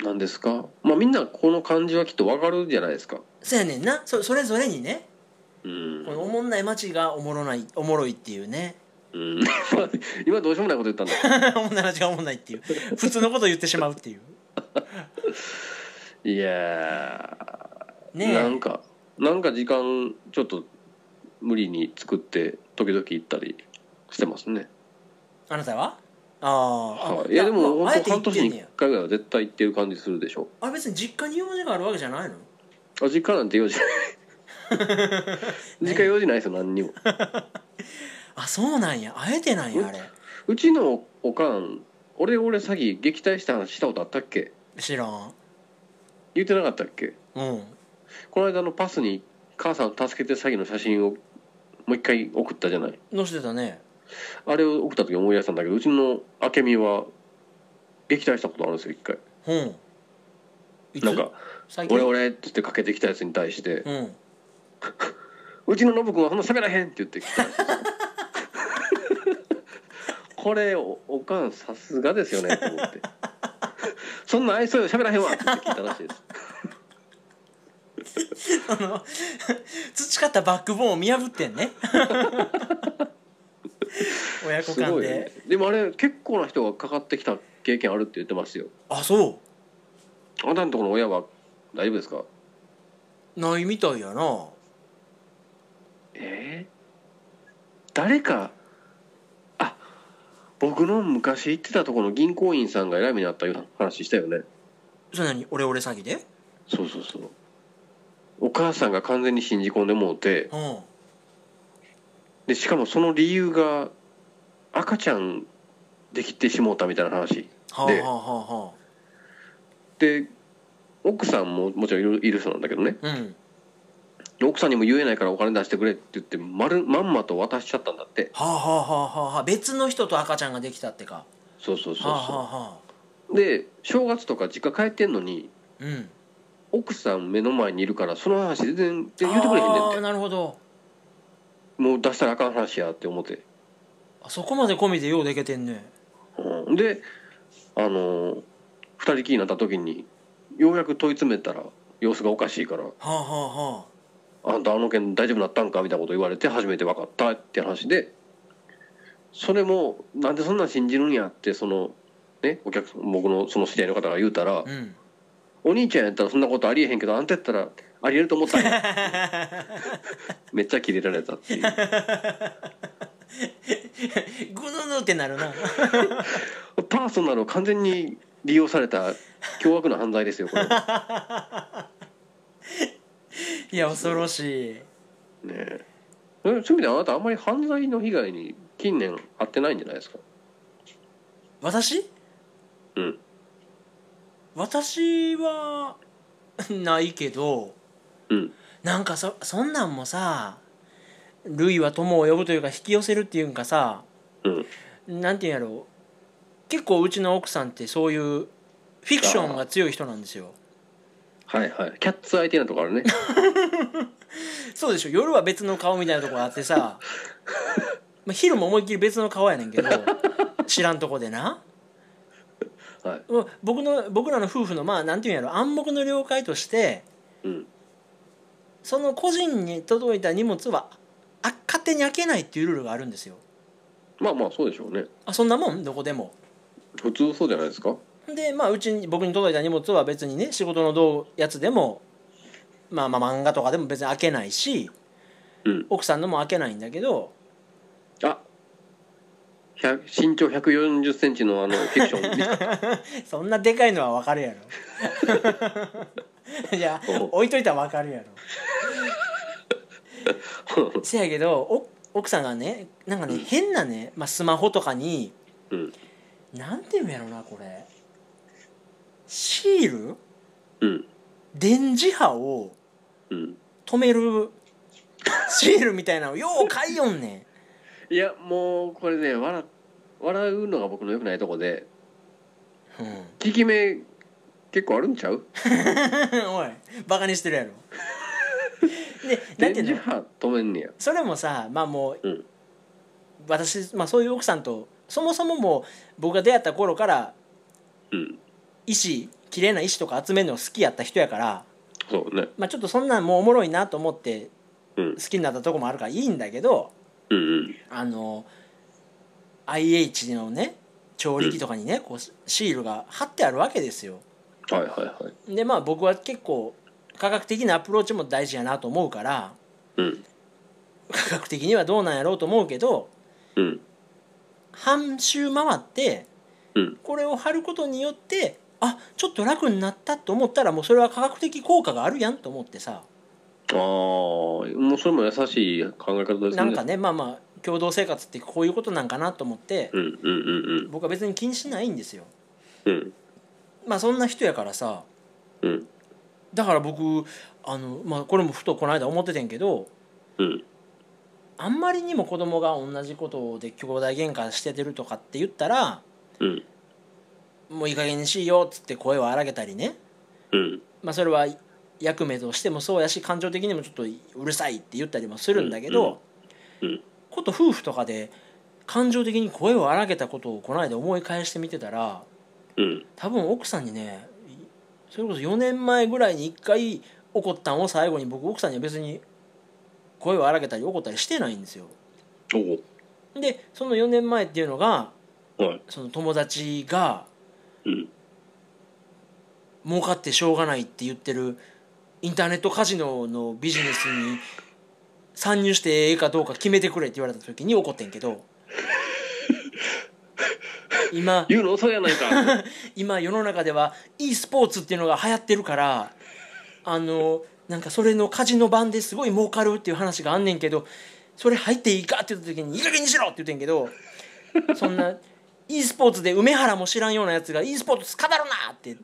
C: なんですかまあみんなこの感じはきっとわかるじゃないですか
B: せやねんなそそれぞれにね
C: うん
B: このおもんない街がおもろないおもろいっていうね
C: うん 今どうしようもないこと言ったんだ
B: おもんない街がおもんないっていう普通のことを言ってしまうっていう
C: いやー、
B: ね
C: なんかなんか時間ちょっと無理に作って時々行ったりしてますね
B: あなたはあ
C: は
B: あ
C: い、いやでも
B: ああえ
C: 本当半
B: て言っ
C: 年
B: てん
C: に
B: ね
C: 1
B: や
C: 回ぐらいは絶対行ってる感じするでしょ
B: あれ別に実家に用事があるわけじゃないの
C: あ実家なんて用事ない実家用事ないですよ何にも
B: あそうなんやあえてなんやあれ
C: うちのおかん俺俺詐欺撃退した話したことあったっけ
B: 知らん
C: 言ってなかったっけ
B: うん
C: この間のパスに母さんを助けて詐欺の写真をもう一回送ったじゃない
B: 載せてたね
C: あれを送った時思い出したんだけどうちの明美は撃退したことあるんですよ一回
B: うんいつ
C: なんか「
B: 最近
C: 俺俺」っつってかけてきたやつに対して
B: うん
C: うちのノブ君はそんな喋らへんって言ってきたこれおおかんさすがですよねと思ってそんな愛想よ喋らへんわって言って聞いたらしいです
B: あの培ったバックボーンを見破って んね親子
C: す
B: 間
C: ごい、
B: で、
C: ね、でもあれ結構な人がかかってきた経験あるって言ってますよ
B: あそ
C: あなたのところの親は大丈夫ですか
B: うないみたいやな
C: えー誰かあ僕の昔行ってたところの銀行員さんが偉い目にあったような話したよね
B: それ何オレオレ詐欺で
C: そうそうそうお母さんが完全に信じ込んでもうて
B: うん
C: でしかもその理由が赤ちゃんできてしもうたみたいな話
B: はあはあ
C: で
B: はあは
C: で奥さんももちろんいるいる人なんだけどね
B: あうん
C: 奥さんにも言えないからお金出してくれって言ってまるまんまと渡しちゃったんだって
B: はあはあはあはあはあ別の人と赤ちゃんができたってか
C: そうそうそう
B: はあはあ
C: そ
B: はあ
C: うで正月とか実家帰ってんのに
B: うん
C: 奥さん目の前にいるからその話全然言ってくれへんねんっ
B: あー
C: て
B: なるほど
C: もう出したらあかん話やって思って、
B: あそこまで込みでようでけてんね
C: うん、であのー二人きりになった時にようやく問い詰めたら様子がおかしいから
B: はあはあは
C: 「あんたあの件大丈夫なったんか?」みたいなこと言われて初めて分かったって話でそれもなんでそんなん信じるんやってそのねお客さん僕のその知り合いの方が言うたら
B: あうん
C: 「お兄ちゃんやったらそんなことありえへんけどあんたやったらありえると思ったんや」めっちゃキレられたっていう。
B: ぐぬぬって なるな
C: パーソナルを完全に利用された凶悪な犯罪ですよこれね
B: いや恐ろしい
C: えそういう意味ではあなたあんまり犯罪の被害に近年遭ってないんじゃないですか
B: 私
C: うん
B: 私はないけど
C: うん
B: なんかそそんなんもさルイは友を呼ぶというか引き寄せるっていうんかさ
C: うん
B: なんていうんやろう結構うちの奥さんってそういうフィクションが強い人なんですよ
C: はいはいキャッツ相手なとこあるね
B: そうでしょ夜は別の顔みたいなとこあって さまあ昼も思いっきり別の顔やねんけど知らんとこでな
C: はい
B: うん僕の僕らの夫婦のまあなんていうんやろ暗黙の了解として
C: うん
B: その個人に届いた荷物はあ勝手に開けないっていうルールがあるんですよ
C: まあまあそうでしょうね
B: あそんなもんどこでも
C: 普通そうじゃないですか
B: でまあうちに僕に届いた荷物は別にね仕事のどうやつでもまあまあ漫画とかでも別に開けないし
C: うん
B: 奥さんのも開けないんだけど
C: あ100身長1 4 0ンチのあのフィクション見 た
B: そんなでかいのは分かるやろ いや置いといたら分かるやろせやけどお奥さんがねなんかね、変なね、まあ、スマホとかに
C: うん
B: なんていうんやろなこれシール
C: うん
B: 電磁波を
C: うん
B: 止め るシールみたいなのよう買いよんねん
C: いやもうこれね笑笑うのが僕の良くないとこで
B: うん、
C: 効き目結構あるんちゃう
B: おいバカにしてる やろでなん
C: 電
B: ていう
C: 磁
B: の
C: 波止めんねや
B: それもさまあもう、
C: うん
B: 私、まあ、そういう奥さんとそもそももう僕が出会った頃から
C: うん
B: 石綺麗な石とか集めるの好きやった人やから、
C: そうね
B: まあ、ちょっとそんなんもうおもろいなと思って
C: うん
B: 好きになったとこもあるからいいんだけど
C: うんうん
B: あの IH のね調理器とかにね、こうシールが貼ってあるわけですよ。
C: はいはいはい
B: でまあ僕は結構科学的なアプローチも大事やなと思うから
C: うん
B: 科学的にはどうなんやろうと思うけど
C: うん
B: 半周回って
C: うん
B: これを貼ることによってあちょっと楽になったと思ったらもうそれは科学的効果があるやんと思ってさ
C: ああもうそれも優しい考え方ですね
B: なんかねまあまあ共同生活ってこういうことなんかなと思って
C: うんうんうん
B: 僕は別に気にしないんですよ
C: うんうん
B: まあそんな人やからさ
C: うん
B: だから僕あの、まあ、これもふとこの間思っててんけど
C: うん
B: あんまりにも子供が同じことで兄弟喧嘩しててるとかって言ったら
C: うん
B: もういい加減にしいよっつって声を荒げたりね
C: うん
B: まあ、それは役目としてもそうやし感情的にもちょっとうるさいって言ったりもするんだけど、
C: うんうんうん
B: こと夫婦とかで感情的に声を荒げたことをこの間思い返してみてたら
C: うん
B: 多分奥さんにねいそれこそ4年前ぐらいに1回怒ったんを最後に僕奥さんには別に声を荒げたり怒ったりしてないんですよ。
C: お
B: でその4年前っていうのが
C: おはい
B: その友達が
C: うん
B: 儲かってしょうがないって言ってるインターネットカジノのビジネスに参入してええかどうか決めてくれって言われた時に怒ってんけど今
C: 言うの遅いやない か
B: 今世の中では e スポーツっていうのが流行ってるからあのなんかそれのカジノ版ですごい儲かるっていう話があんねんけどそれ入っていいかって言った時に「いい加減にしろ!」って言ってんけどそんな e スポーツで梅原も知らんようなやつが e スポーツつかだろなって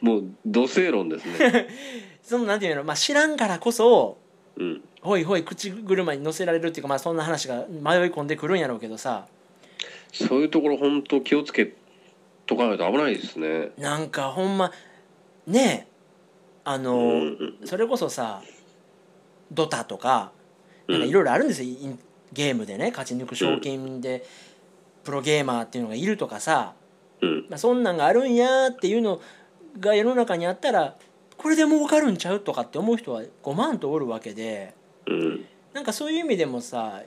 C: もう土星論ですね
B: そのなんていうの、まあ、知らんからこそ
C: うん
B: ほいほい口車に乗せられるっていうか、まあ、そんな話が迷い込んでくるんやろうけどさ
C: そういうところ本当気をつけとかないと危ないですね
B: なんかほんまねえあの、
C: うん
B: それこそさドタとか
C: うん
B: なんかいろいろあるんですよ、インゲームでね勝ち抜く賞金で、プロゲーマーっていうのがいるとかさ、
C: うん
B: まあ、そんなんがあるんやっていうのが世の中にあったらこれで儲かるんちゃうとかって思う人は5万とおるわけで
C: うん
B: なんかそういう意味でもさ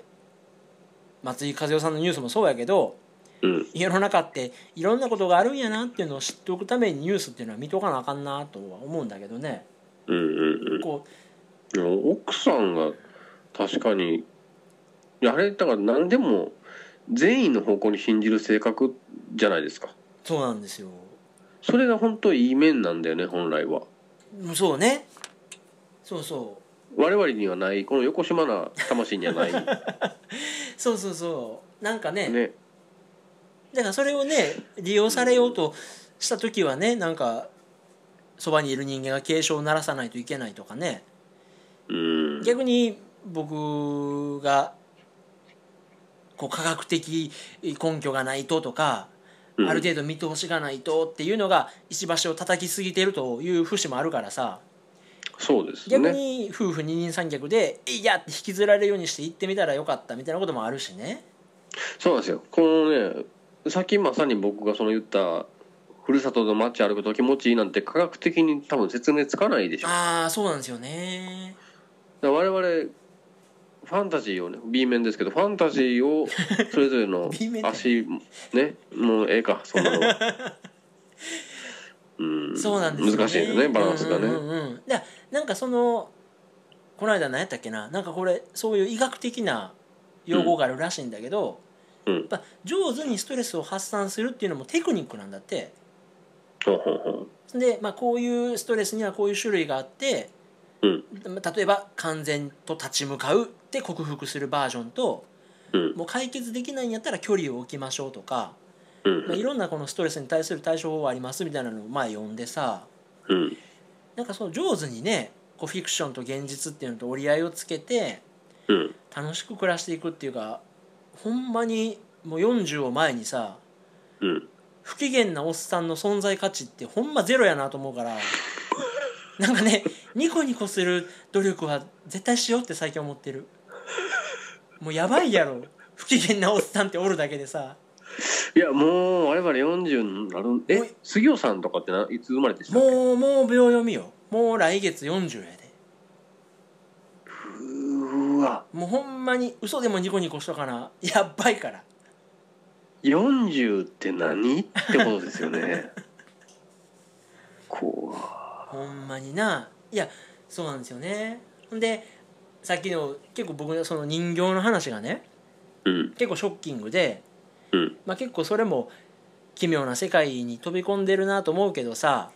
B: 松井和代さんのニュースもそうやけど
C: うん
B: 世の中っていろんなことがあるんやなっていうのを知っておくためにニュースっていうのは見とかなあかんなとは思うんだけどね。
C: うんうん
B: こう
C: うん奥さんが確かにいやあれだから何でも善意の方向に信じる性格じゃないですか
B: そうなんですよ
C: それが本当いい面なんだよね本来は
B: うんそうねそうそう
C: 我々にはないこの横島な魂には ない
B: そうそうそうなんかね
C: ね
B: だからそれをね利用されようとした時はねなんかそばにいる人間が警鐘を鳴らさないといけないとかね
C: うん
B: 逆に僕がこう科学的根拠がないととかあ
C: うん
B: る程度見通しがないとっていうのが石橋を叩きすぎてるという節もあるからさ
C: そうです
B: 逆
C: ね
B: に夫婦二人三脚で「えいや!」って引きずられるようにして行ってみたらよかったみたいなこともあるしね
C: そうなんですよこのねさっきまさに僕がその言ったふるさとの街歩くと気持ちいいなんて科学的に多分説明つかないでしょだか
B: ああそうなんですよね
C: ら我々ファンタジーをね B 面ですけどファンタジーをそれぞれの
B: B 面って
C: 足ねもうええかそんなの うん
B: そうなんですよ、ね、
C: 難しいですねバランスがね、
B: うんうんうんうんだからなんかそのこの間何やったっけななんかこれそういう医学的な用語があるらしいんだけど、
C: うん
B: やっぱ上手にストレスを発散するっていうのもテクニックなんだって
C: ほうほうほう
B: で、まあ、こういうストレスにはこういう種類があって、
C: うん
B: まあ例えば完全と立ち向かうで克服するバージョンと
C: うん
B: もう解決できないんやったら距離を置きましょうとか、
C: うん
B: まあ、いろんなこのストレスに対する対処法はありますみたいなのをまあ読んでさ
C: うん
B: なんかその上手にねこうフィクションと現実っていうのと折り合いをつけて
C: うん
B: 楽しく暮らしていくっていうかほんまにもう40を前にさ
C: うん
B: 不機嫌なおっさんの存在価値ってほんまゼロやなと思うからなんかねニコニコする努力は絶対しようって最近思ってるもうやばいやろ不機嫌なおっさんっておるだけでさ
C: いやもう我々40になる
B: おい
C: え杉尾さんとかってないつ生まれてしたっけ
B: もうもう秒読みよもう来月40やで
C: うわ
B: もうほんまに嘘でもニコニコしとかなやっばいから
C: 40って何ってことですよ ねこ
B: ほんまにないやそうなんですよねほんでさっきの結構僕のその人形の話がね
C: ううん
B: 結構ショッキングで、
C: うん
B: まあ、結構それも奇妙な世界に飛び込んでるなと思うけどさ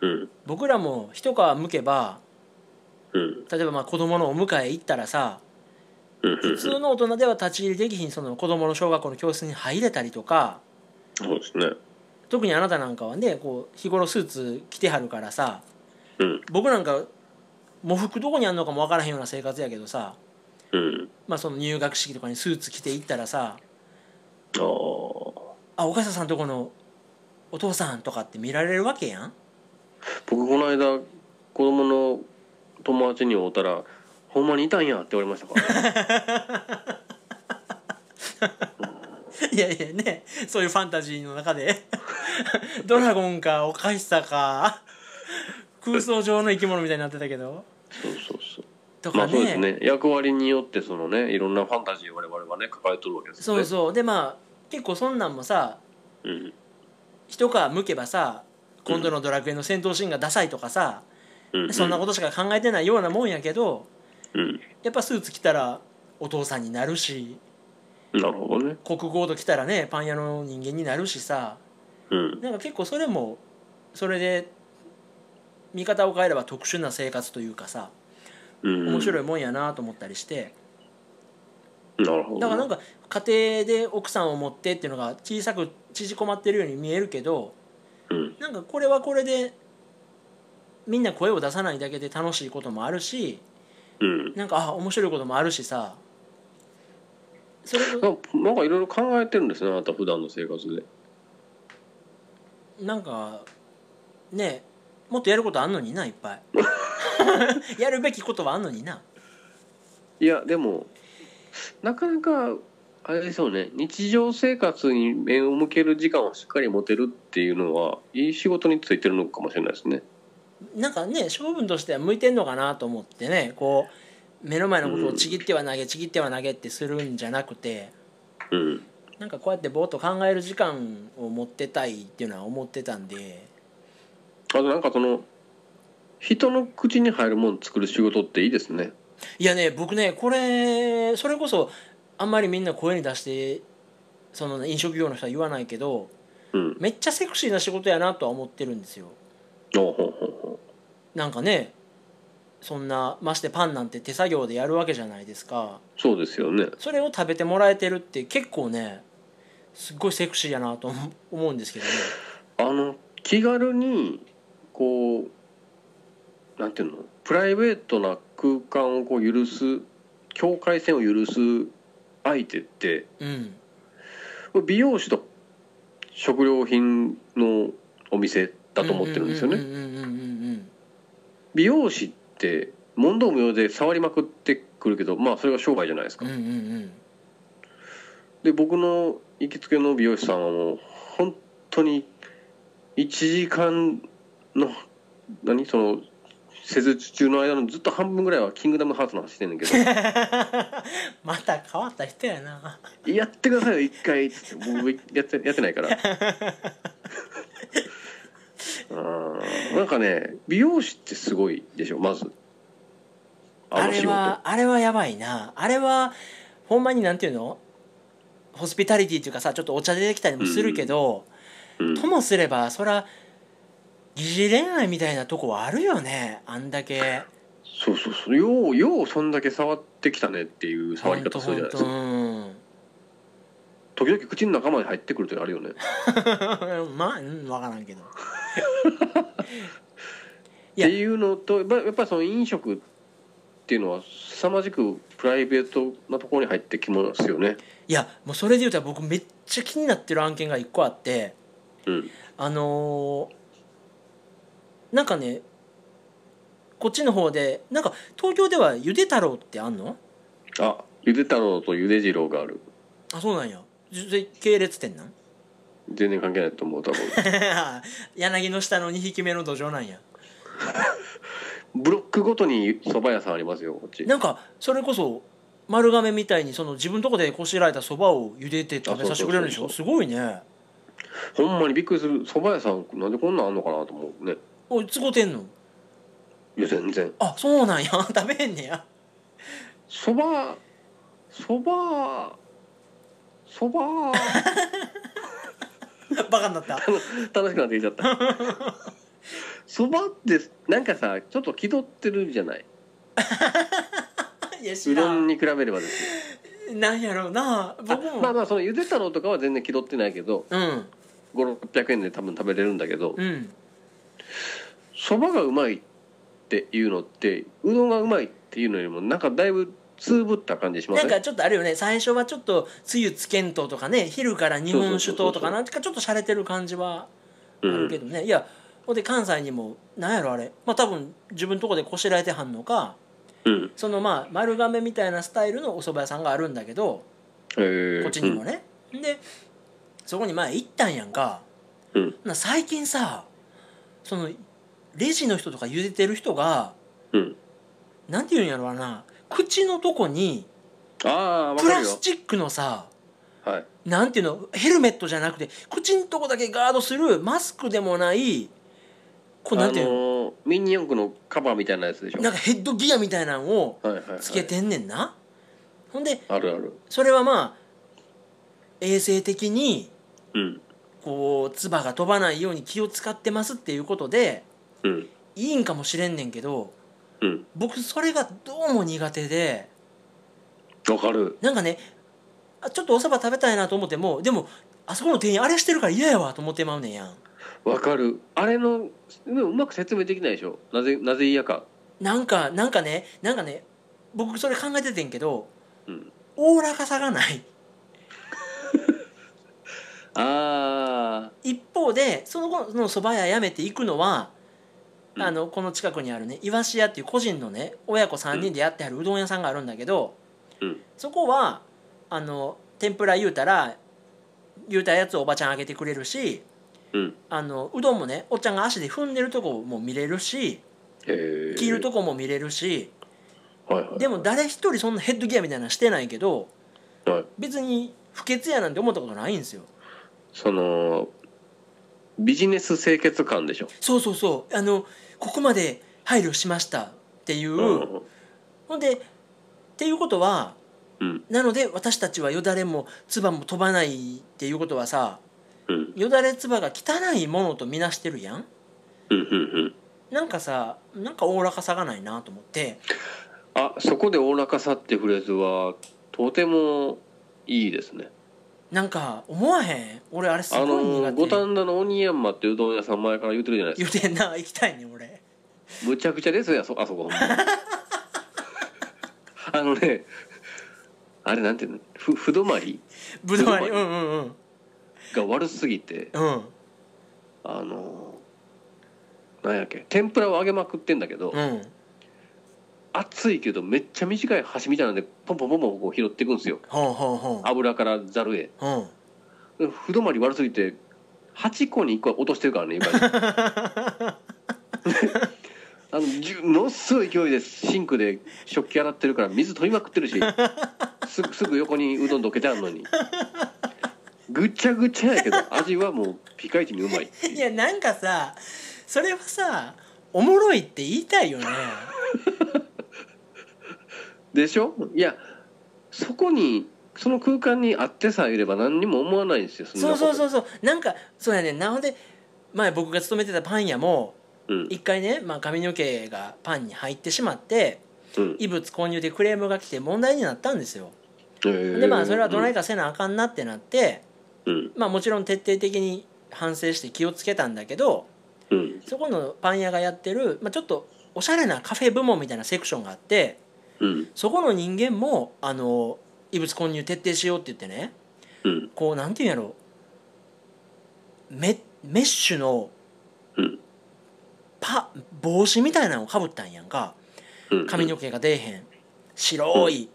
C: うん
B: 僕らも一皮むけば
C: うん
B: 例えばまあ子供のお迎え行ったらさ
C: うんう
B: 普
C: ん
B: 通の大人では立ち入りできひんその子供の小学校の教室に入れたりとか
C: そうですね
B: 特にあなたなんかはねこう日頃スーツ着てはるからさ
C: うん
B: 僕なんか喪服どこにあんのかもわからへんような生活やけどさ
C: うん
B: まあ、その入学式とかにスーツ着て行ったらさ
C: ああ
B: 「あ岡下さんとこのお父さん」とかって見られるわけやん
C: 僕この間子供の友達に会うたら「ほんまにいたんや」って言われました から、
B: いやいやねそういうファンタジーの中で ドラゴンかおかしさか空想上の生き物みたいになってたけど
C: そうそうそう
B: と
C: ま
B: か
C: あ
B: ね,、
C: そうですね役割によってそのねいろんなファンタジーを我々はね抱えとるわけです
B: そ
C: よ
B: う
C: ね
B: そうでまあ結構そんなんもさ
C: うん
B: 一皮むけばさ今度の「ドラクエ」の戦闘シーンがダサいとかさ、
C: うん
B: そんなことしか考えてないようなもんやけど
C: うん
B: やっぱスーツ着たらお父さんになるし
C: なるほどね
B: 国語と着たらねパン屋の人間になるしさ
C: うん
B: なんか結構それもそれで見方を変えれば特殊な生活というかさ
C: うん
B: 面白
C: い
B: いもんやなと思ったりして
C: なるほど
B: だからなんか家庭で奥さんを持ってっていうのが小さく縮こまってるように見えるけど
C: うん
B: なんかこれはこれでみんな声を出さないだけで楽しいこともあるし
C: うん
B: なんかあ面白いこともあるしさそれ
C: なんかなんかいろいろ考えてるんですねあなた普段の生活で
B: なんかねもっとやることあんのにないっぱい やるべきことはあんのにない
C: やでもなかなかあれでしょうね日常生活に目を向ける時間をしっかり持てるっていうのはいい仕事についてるのかもしれないですね
B: なんかね勝負としては向いてんのかなと思ってねこう目の前のことをちぎっては投げちぎっては投げってするんじゃなくて
C: うん
B: なんかこうやってぼーっと考える時間を持ってたいっていうのは思ってたんで
C: あとなんかその人の口に入るもん作る仕事っていいですね
B: いやね僕ねこれそれこそあんまりみんな声に出してその飲食業の人は言わないけど
C: うん
B: めっちゃセクシーな仕事やなとは思ってるんですよ
C: おうほうほうほ
B: なんかねそんなましてパンなんて手作業でやるわけじゃないですか
C: うそうですよね
B: それを食べてもらえてるって結構ねすっごいセクシーやなと思思うんですけどね
C: あの気軽にこうなんていうのプライベートな空間をこう許す境界線を許す相手って
B: うん
C: 美容師と食料品のお店だと思ってるんですよ
B: う
C: ね
B: んうんうんうんうん
C: 美容師って問答無用で触りまくってくるけどまあそれが商売じゃないです
B: う
C: か
B: んうんうん
C: で僕の行きつけの美容師さんはもう本当に1時間の何その施術中の間のずっと半分ぐらいは「キングダムハーツ」の話してんねんけ ど
B: また変わった人やな
C: やってくださいよ一回っつって僕やってやってないから あーなんかね美容師ってすごいでしょまず
B: あれはあれはやばいなあれはほんまになんていうのホスピタリティっていうかさちょっとお茶出てきたりもするけど、
C: うん
B: ともすればそら疑似恋愛みたいなとこはあるよねあんだけ
C: そうそうそうようようそんだけ触ってきたねっていう触り方するじゃないですか
B: うん
C: 時々口の中まで入ってくる時あるよね
B: まあ、うん、分 からんけどい
C: っ
B: や
C: ていうのとやっぱやっぱりその飲食っていうのは凄まじくプライベートなところに入ってきますよね。
B: いやもうそれで言うと僕めっちゃ気になってる案件が一個あって
C: うん、
B: あのーなんかねこっちの方でなんか東京ではゆで太郎ってあんの
C: あゆで太郎とゆで次郎がある
B: あそうなんやじゅ系列店なん
C: 全然関係ないと思う多分
B: 柳の下の2匹目の土壌なんや
C: ブロックごとに蕎麦屋さんありますよこっち
B: なんかそれこそ丸亀みたいにその自分のとこでこしらえたそばを茹でて食べさせてくれるんでしょ
C: あ
B: すごいね
C: ほんまにびっくりする蕎麦屋さんなんでこんなんあんのかなと思うね
B: おいつごてんの
C: いや全然
B: あそうなんや 食べへんねや
C: 蕎麦蕎麦蕎麦
B: バカになった
C: 楽しくなってきちゃった蕎麦ってなんかさちょっと気取ってるじゃない
B: いや知
C: う
B: ら
C: どん
B: ん
C: に比べればですよ
B: なんやろうな
C: あ
B: 僕も
C: まあまあそのゆで太郎とかは全然気取ってないけど
B: うん
C: 5600円で多分食べれるんだけど
B: うん
C: そばがうまいっていうのってうどんがうまいっていうのよりもなんかだいぶつぶった感じしま
B: な
C: せ
B: ん
C: ん
B: かちょっとあるよね最初はちょっとつゆつけんととかね昼から日本酒
C: そう
B: ととか
C: そうそうそう
B: なんかちょっと洒落てる感じはあ
C: う
B: るけ
C: ん
B: どね、いやほんで関西にもなんやろあれまあ多分自分とこでこしらえてはんのか
C: うん
B: そのまあ丸亀みたいなスタイルのお蕎麦屋さんがあるんだけど
C: えー
B: こっちにもね、でそこに前行ったんやんか
C: うん
B: な最近さそのレジの人とか茹でてる人が
C: うん
B: なんて言うんやろうな口のとこに
C: ああわ
B: プ
C: か
B: ラ
C: るよ
B: スチックのさ
C: はい
B: なんていうのヘルメットじゃなくて口んとこだけガードするマスクでもないこうなんていう
C: あ
B: の、
C: のーミニ四駆のカバーみたいなやつでしょ
B: なんかヘッドギアみたいなのを
C: はいはいはい
B: つけてんねんな、ほんで
C: あるある
B: それはまあ衛生的に
C: うん
B: こう唾が飛ばないように気を使ってますっていうことで
C: うん
B: いいんかもしれんねんけど
C: うん
B: 僕それがどうも苦手で
C: わかる
B: なんかねあちょっとおそば食べたいなと思ってもでもあそこの店員あれしてるから嫌やわと思ってまうねんやん
C: わかるあれのでもうまく説明できないでしょなぜなぜ嫌か
B: なんかなんかねなんかね僕それ考えててんけど
C: うん
B: おおらかさがない
C: あ
B: 一方でその後のそば屋やめていくのは、
C: うん
B: あのこの近くにあるねいわし屋っていう個人のね親子3人でやってあるうどん屋さんがあるんだけど、
C: うん
B: そこはあの天ぷら言うたら言うたやつをおばちゃんあげてくれるし
C: ーうん
B: あのうどんもねおっちゃんが足で踏んでるとこも見れるし
C: へえ
B: 切るとこも見れるし、
C: はいはい
B: でも誰一人そんなヘッドギアみたいなのしてないけど
C: はい
B: 別に不潔やなんて思ったことないんですよ
C: そのビジネス清潔感でしょ
B: そうそうそうあのここまで配慮しましたっていう、
C: うん
B: ほんでっていうことは
C: うん
B: なので私たちはよだれも唾も飛ばないっていうことはさ
C: うん
B: よだれ唾が汚いものとみなしてるやん
C: うんうんうん
B: なんかさなんかおおらかさがないなと思って
C: あそこで「おおらかさ」ってフレーズはとてもいいですね
B: なんか思わへん俺あれす
C: あ
B: ごい
C: の五
B: 苦手、
C: 反田の鬼山っていううどん屋さん前から言ってるじゃないです
B: 言うてんな行きたいね俺
C: かむちゃくちゃですよあそあ そこあのねあれなんていうのふ不止まり
B: ぶどうあり
C: ぶ
B: う
C: ど
B: んうんうん
C: が悪すぎて
B: うん
C: あのなんやっけ天ぷらを揚げまくってんだけど、
B: うん
C: 熱いけどめっちゃ短い箸みたいなんでポンポンポンポンこう拾っていくんですよ
B: ほうほうほ
C: 油からざるへ
B: ううん
C: で不止まり悪すぎて8個に1個は落としてるからね 床にであのじゅものすごい勢いでシンクで食器洗ってるから水飛びまくってるしすぐすぐ横にうどんどけてあんのにぐちゃぐちゃやけど味はもうピカイチにうまいっていう
B: いやなんかさそれはさおもろいって言いたいよね
C: でしょいやそこにその空間にあってさえいれば何にも思わないんですよそんな
B: そ
C: こ
B: う
C: と
B: そうそうそうなんかそうやねんなほんで前僕が勤めてたパン屋も
C: うん
B: 一回ね、まあ、髪の毛がパンに入ってしまって
C: うん
B: 異物混入でクレームが来て問題になったんですよ
C: えー
B: でまあそれはどないかせなあかんなってなって、
C: うん
B: まあ、もちろん徹底的に反省して気をつけたんだけど
C: うん
B: そこのパン屋がやってる、まあ、ちょっとおしゃれなカフェ部門みたいなセクションがあって
C: うん
B: そこの人間もあの異物混入徹底しようって言ってね
C: うん
B: こうなんていうんやろメメッシュの
C: うん
B: パ帽子みたいなのをかぶったんやんか
C: うん
B: 髪の毛が出えへん白い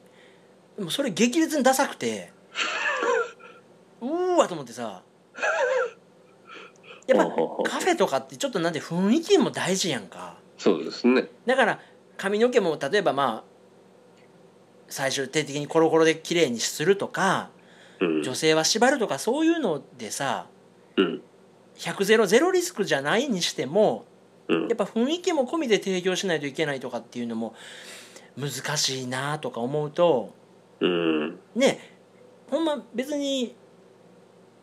B: でもそれ激烈にダサくてうーわと思ってさやっぱ
C: ほうほうほう
B: カフェとかってちょっとなんて雰囲気も大事やんか
C: そうですね
B: だから髪の毛も例えばまあ最終的にコロコロで綺麗にするとか
C: うん
B: 女性は縛るとかそういうのでさ
C: うん
B: 100ゼロゼロリスクじゃないにしても
C: うん
B: やっぱ雰囲気も込みで提供しないといけないとかっていうのも難しいなとか思うと
C: うん
B: ねほんま別に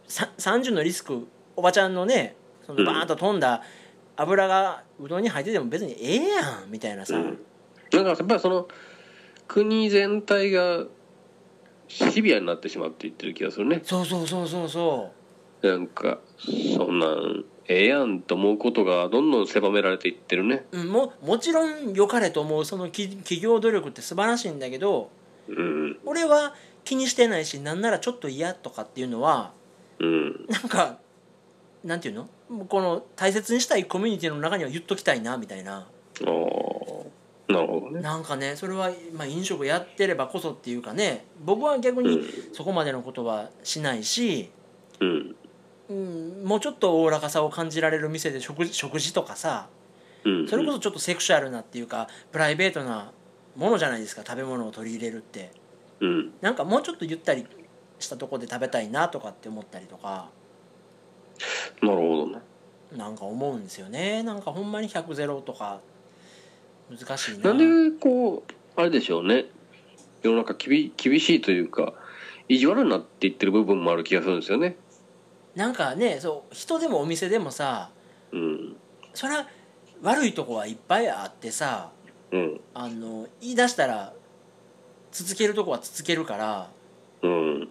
B: さ30のリスクおばちゃんのねそのバーンと飛んだ油がうどんに入ってても別にええやんみたいなさ、
C: うんなんかやっぱりその国全体がシビアになってしまっていってる気がするね
B: そうそうそうそうそ
C: なんかそんなんええやんと思うことがどんどん狭められていってるね
B: ううんももちろん良かれと思うそのき企業努力って素晴らしいんだけど
C: うん
B: 俺は気にしてないしなんならちょっと嫌とかっていうのは
C: うん
B: なんかなんていうのもうこの大切にしたいコミュニティの中には言っときたいなみたいな
C: ああなるほどね
B: なんかねそれは、まあ、飲食やってればこそっていうかね僕は逆にそこまでのことはしないし、
C: うん
B: うん、もうちょっとおおらかさを感じられる店で食事食事とかさ
C: うん
B: それこそちょっとセクシュアルなっていうかプライベートなものじゃないですか食べ物を取り入れるって
C: うん
B: なんかもうちょっとゆったりしたとこで食べたいなとかって思ったりとか
C: なるほどね
B: なんか思うんですよねなんかほんまに100ゼロとか難しいな
C: なんでこうあれでしょうね世の中きび厳しいというか意地悪になっていってる部分もある気がするんですよね
B: なんかねそう人でもお店でもさ
C: うん
B: そりゃ悪いとこはいっぱいあってさ
C: うん
B: あの言い出したら続けるとこは続けるから
C: うん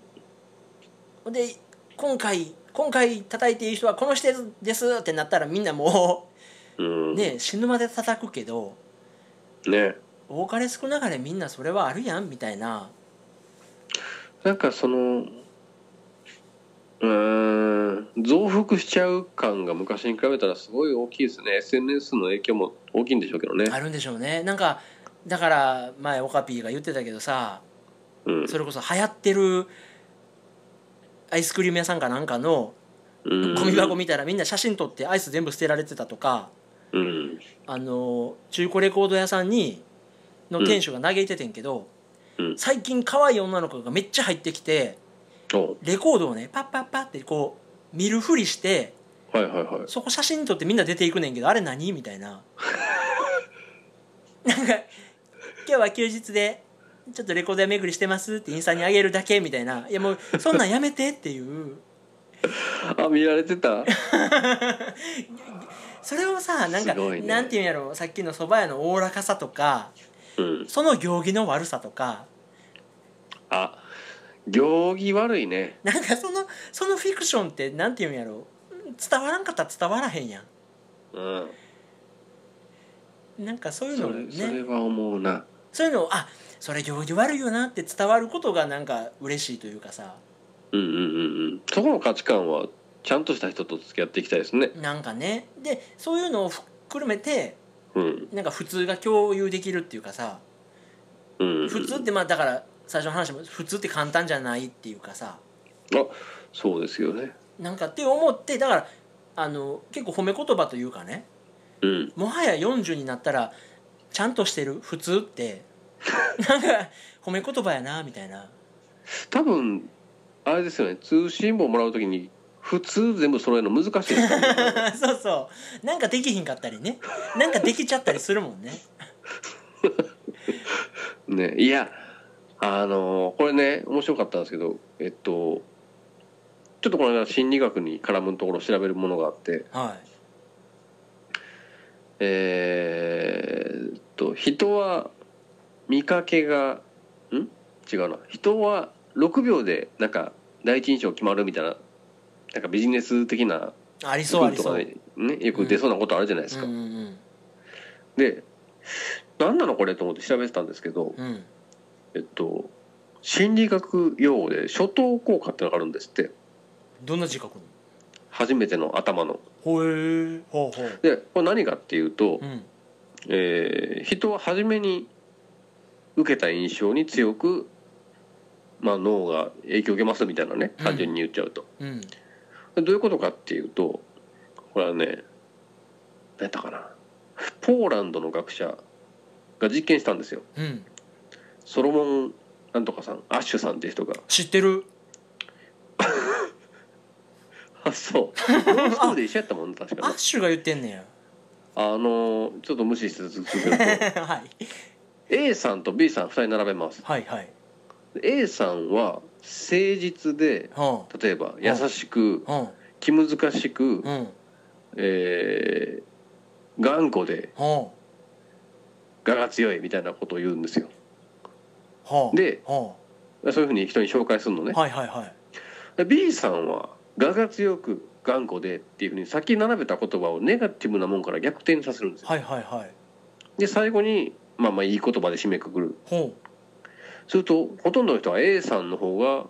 B: ほんで今回今回叩いていい人はこの人ですってなったらみんなも
C: うん
B: うね死ぬまで叩くけど
C: ね
B: 多かれ少なかれみんなそれはあるやんみたいな
C: なんかそのうーん増幅しちゃう感が昔に比べたらすごい大きいですね SNS の影響も大きいんでしょうけどね
B: あるんでしょうねなんかだから前オカピーが言ってたけどさ
C: うん
B: それこそ流行ってるアイスクリーム屋さんかなんかの
C: うん
B: ゴミ箱見たらみんな写真撮ってアイス全部捨てられてたとか
C: うん
B: あの中古レコード屋さんにの店主が嘆いててんけ
C: う
B: ど、
C: ん
B: 最近可愛い女の子がめっちゃ入ってきて
C: お
B: レコードをねパッパッパってこう見るふりして
C: はいはいはい
B: そこ写真撮ってみんな出ていくねんけどあれ何みたいな なんか「今日は休日でちょっとレコード屋巡りしてます」ってインスタにあげるだけみたいないやもうそんなんやめてっていう
C: あ見られてた
B: それをさなんか、
C: すごいね
B: なんていうんやろうさっきの蕎麦屋のおおらかさとか
C: うん
B: その行儀の悪さとか
C: あ行儀悪いね
B: なんかそのそのフィクションってなんていうんやろ伝わらんかったら伝わらへんや
C: うん
B: んなんかそういうの
C: そ
B: を
C: れそれ
B: ね
C: は思うな
B: そういうのをあそれ行儀悪いよなって伝わることがなんか嬉しいというかさ
C: うんうんうんうんそこの価値観はちゃんとした人と付き合っていきたいですね
B: なんかねでそういうのをふっくるめて
C: うん
B: なんか普通が共有できるっていうかさ
C: うん
B: 普通ってまあだから最初の話も普通って簡単じゃないっていうかさ
C: あそうですよね
B: なんかって思ってだからあの結構褒め言葉というかね
C: うん
B: もはや40になったらちゃんとしてる普通ってなんか褒め言葉やなみたいな
C: 多分あれですよね通信簿もらうときに普通全部揃えるの難しいですよ ね
B: そうそうなんかできひんかったりねなんかできちゃったりするもんね
C: ねいやあのこれね面白かったんですけどえっとちょっとこの間心理学に絡むところを調べるものがあって
B: は
C: えーっと人は見かけがん違うな人は6秒でなんか第一印象決まるみたいななんかビジネス的ない
B: ありそうあ
C: 文
B: り
C: と
B: そ
C: か
B: う
C: でねよく出そうなことあるじゃないです
B: う
C: か
B: ん。うん
C: で何なのこれと思って調べてたんですけど、
B: うんうん
C: えっと、心理学用語で初等効果ってのがあるんですって
B: どんな字書くの
C: 初めての頭の。
B: ほえほうほう
C: でこれ何かっていうと、
B: うん
C: えー人は初めに受けた印象に強く、まあ、脳が影響を受けますみたいなね
B: うん
C: 単純に言っちゃうと、
B: うん
C: でどういうことかっていうとこれはね何やったかなポーランドの学者が実験したんですよ
B: うん
C: ソロモンなんとかさんアッシュさんっていう人が
B: 知ってる
C: あそうロースクールで一緒やったもんね確
B: ア
C: かね
B: ッシュが言ってんねや
C: あのーちょっと無視して続けると
B: はい
C: A さんと B さん2人並べます
B: はいはい
C: A さんは誠実で
B: は
C: 例えば優しく
B: あは
C: 気難しく
B: あ、うん
C: えー頑固で
B: は
C: 我が強いみたいなことを言うんですよ
B: あはあ
C: で
B: は
C: そういうふうに人に紹介するのね
B: あはいはいはい
C: で B さんは我が強く頑固でっていうふうにさっき並べた言葉をネガティブなもんから逆転させるんですよ
B: はいはいはい
C: で最後にまあまあいい言葉で締めくくる
B: ほ
C: するとほとんどの人は A さんの方が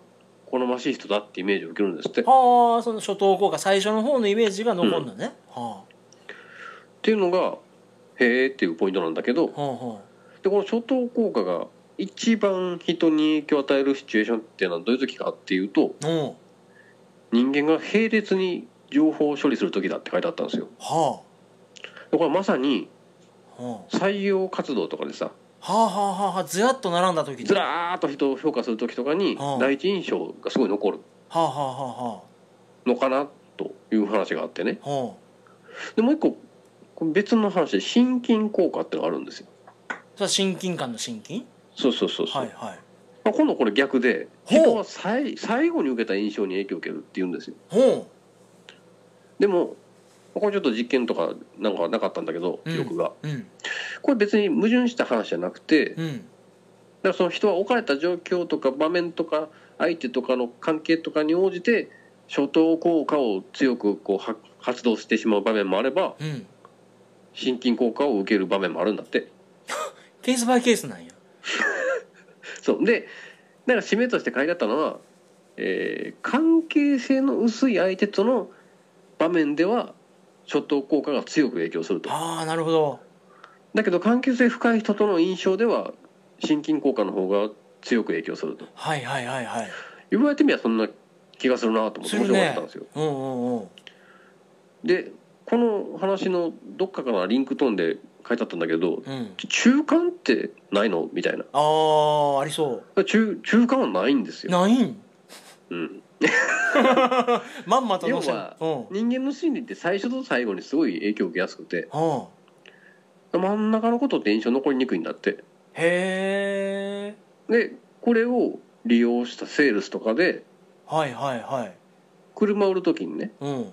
C: 好ましい人だってイメージを受けるんですって。
B: うはあその初等効果最初の方のイメージが残るのね、は
C: っていうのがへえっていうポイントなんだけど
B: あはあは
C: でこの初等効果が一番人に影響を与えるシチュエーションっていうのはどういう時かっていうと
B: あうん
C: 人間が並列に情報を処理する時だって書いてあったんですよ。
B: は
C: でこれまさに
B: あは
C: 採用活動とかでさ
B: あはあはあはあはあずらっと並んだ時に
C: ずらーっと人を評価する時とかに
B: うん
C: 第一印象がすごい残る
B: はあはあはあは
C: のかなという話があってね
B: あは
C: でもう一個これ別の話で心筋効果ってのがあるんですよ
B: あそれは親近感の親近
C: そうそうそうそう、
B: はいはい
C: まあ、今度これ逆で
B: ほう
C: 人は最最後に受けた印象に影響を受けるっていうんですよ
B: ほ
C: でもこれちょっと実験とかなんかはなかったんだけど
B: うん
C: 記録が、
B: ううん
C: これ別に矛盾した話じゃなくて、だ
B: うん
C: からその人は置かれた状況とか場面とか相手とかの関係とかに応じて初等効果を強くこうは発動してしまう場面もあれば
B: うん
C: 心筋効果を受ける場面もあるんだって
B: ケースバイケースなんや
C: そうでなんか締めとして書いてあったのは、えー関係性の薄い相手との場面では初等効果が強く影響すると
B: ああなるほど
C: だけど関係性深い人との印象では心筋効果の方が強く影響すると
B: はいはいはいはい
C: 言われてみればそんな気がするなと思って
B: する
C: 面
B: ね
C: 白かったんですよ
B: うんうんうん
C: でこの話のどっかからリンクトーンで書いてあったんだけど
B: うん
C: 中間ってないのみたいな
B: ああありそう
C: 中中間はないんですよ、
B: ないん
C: うん、
B: まんまと乗せる
C: 要は
B: うんうん
C: 人間の心理って最初と最後にすごい影響を受けやすくて真ん中のことって印象残りにくいんだって
B: へえ
C: でこれを利用したセールスとかで
B: はいはいはい
C: 車売る時にね
B: うん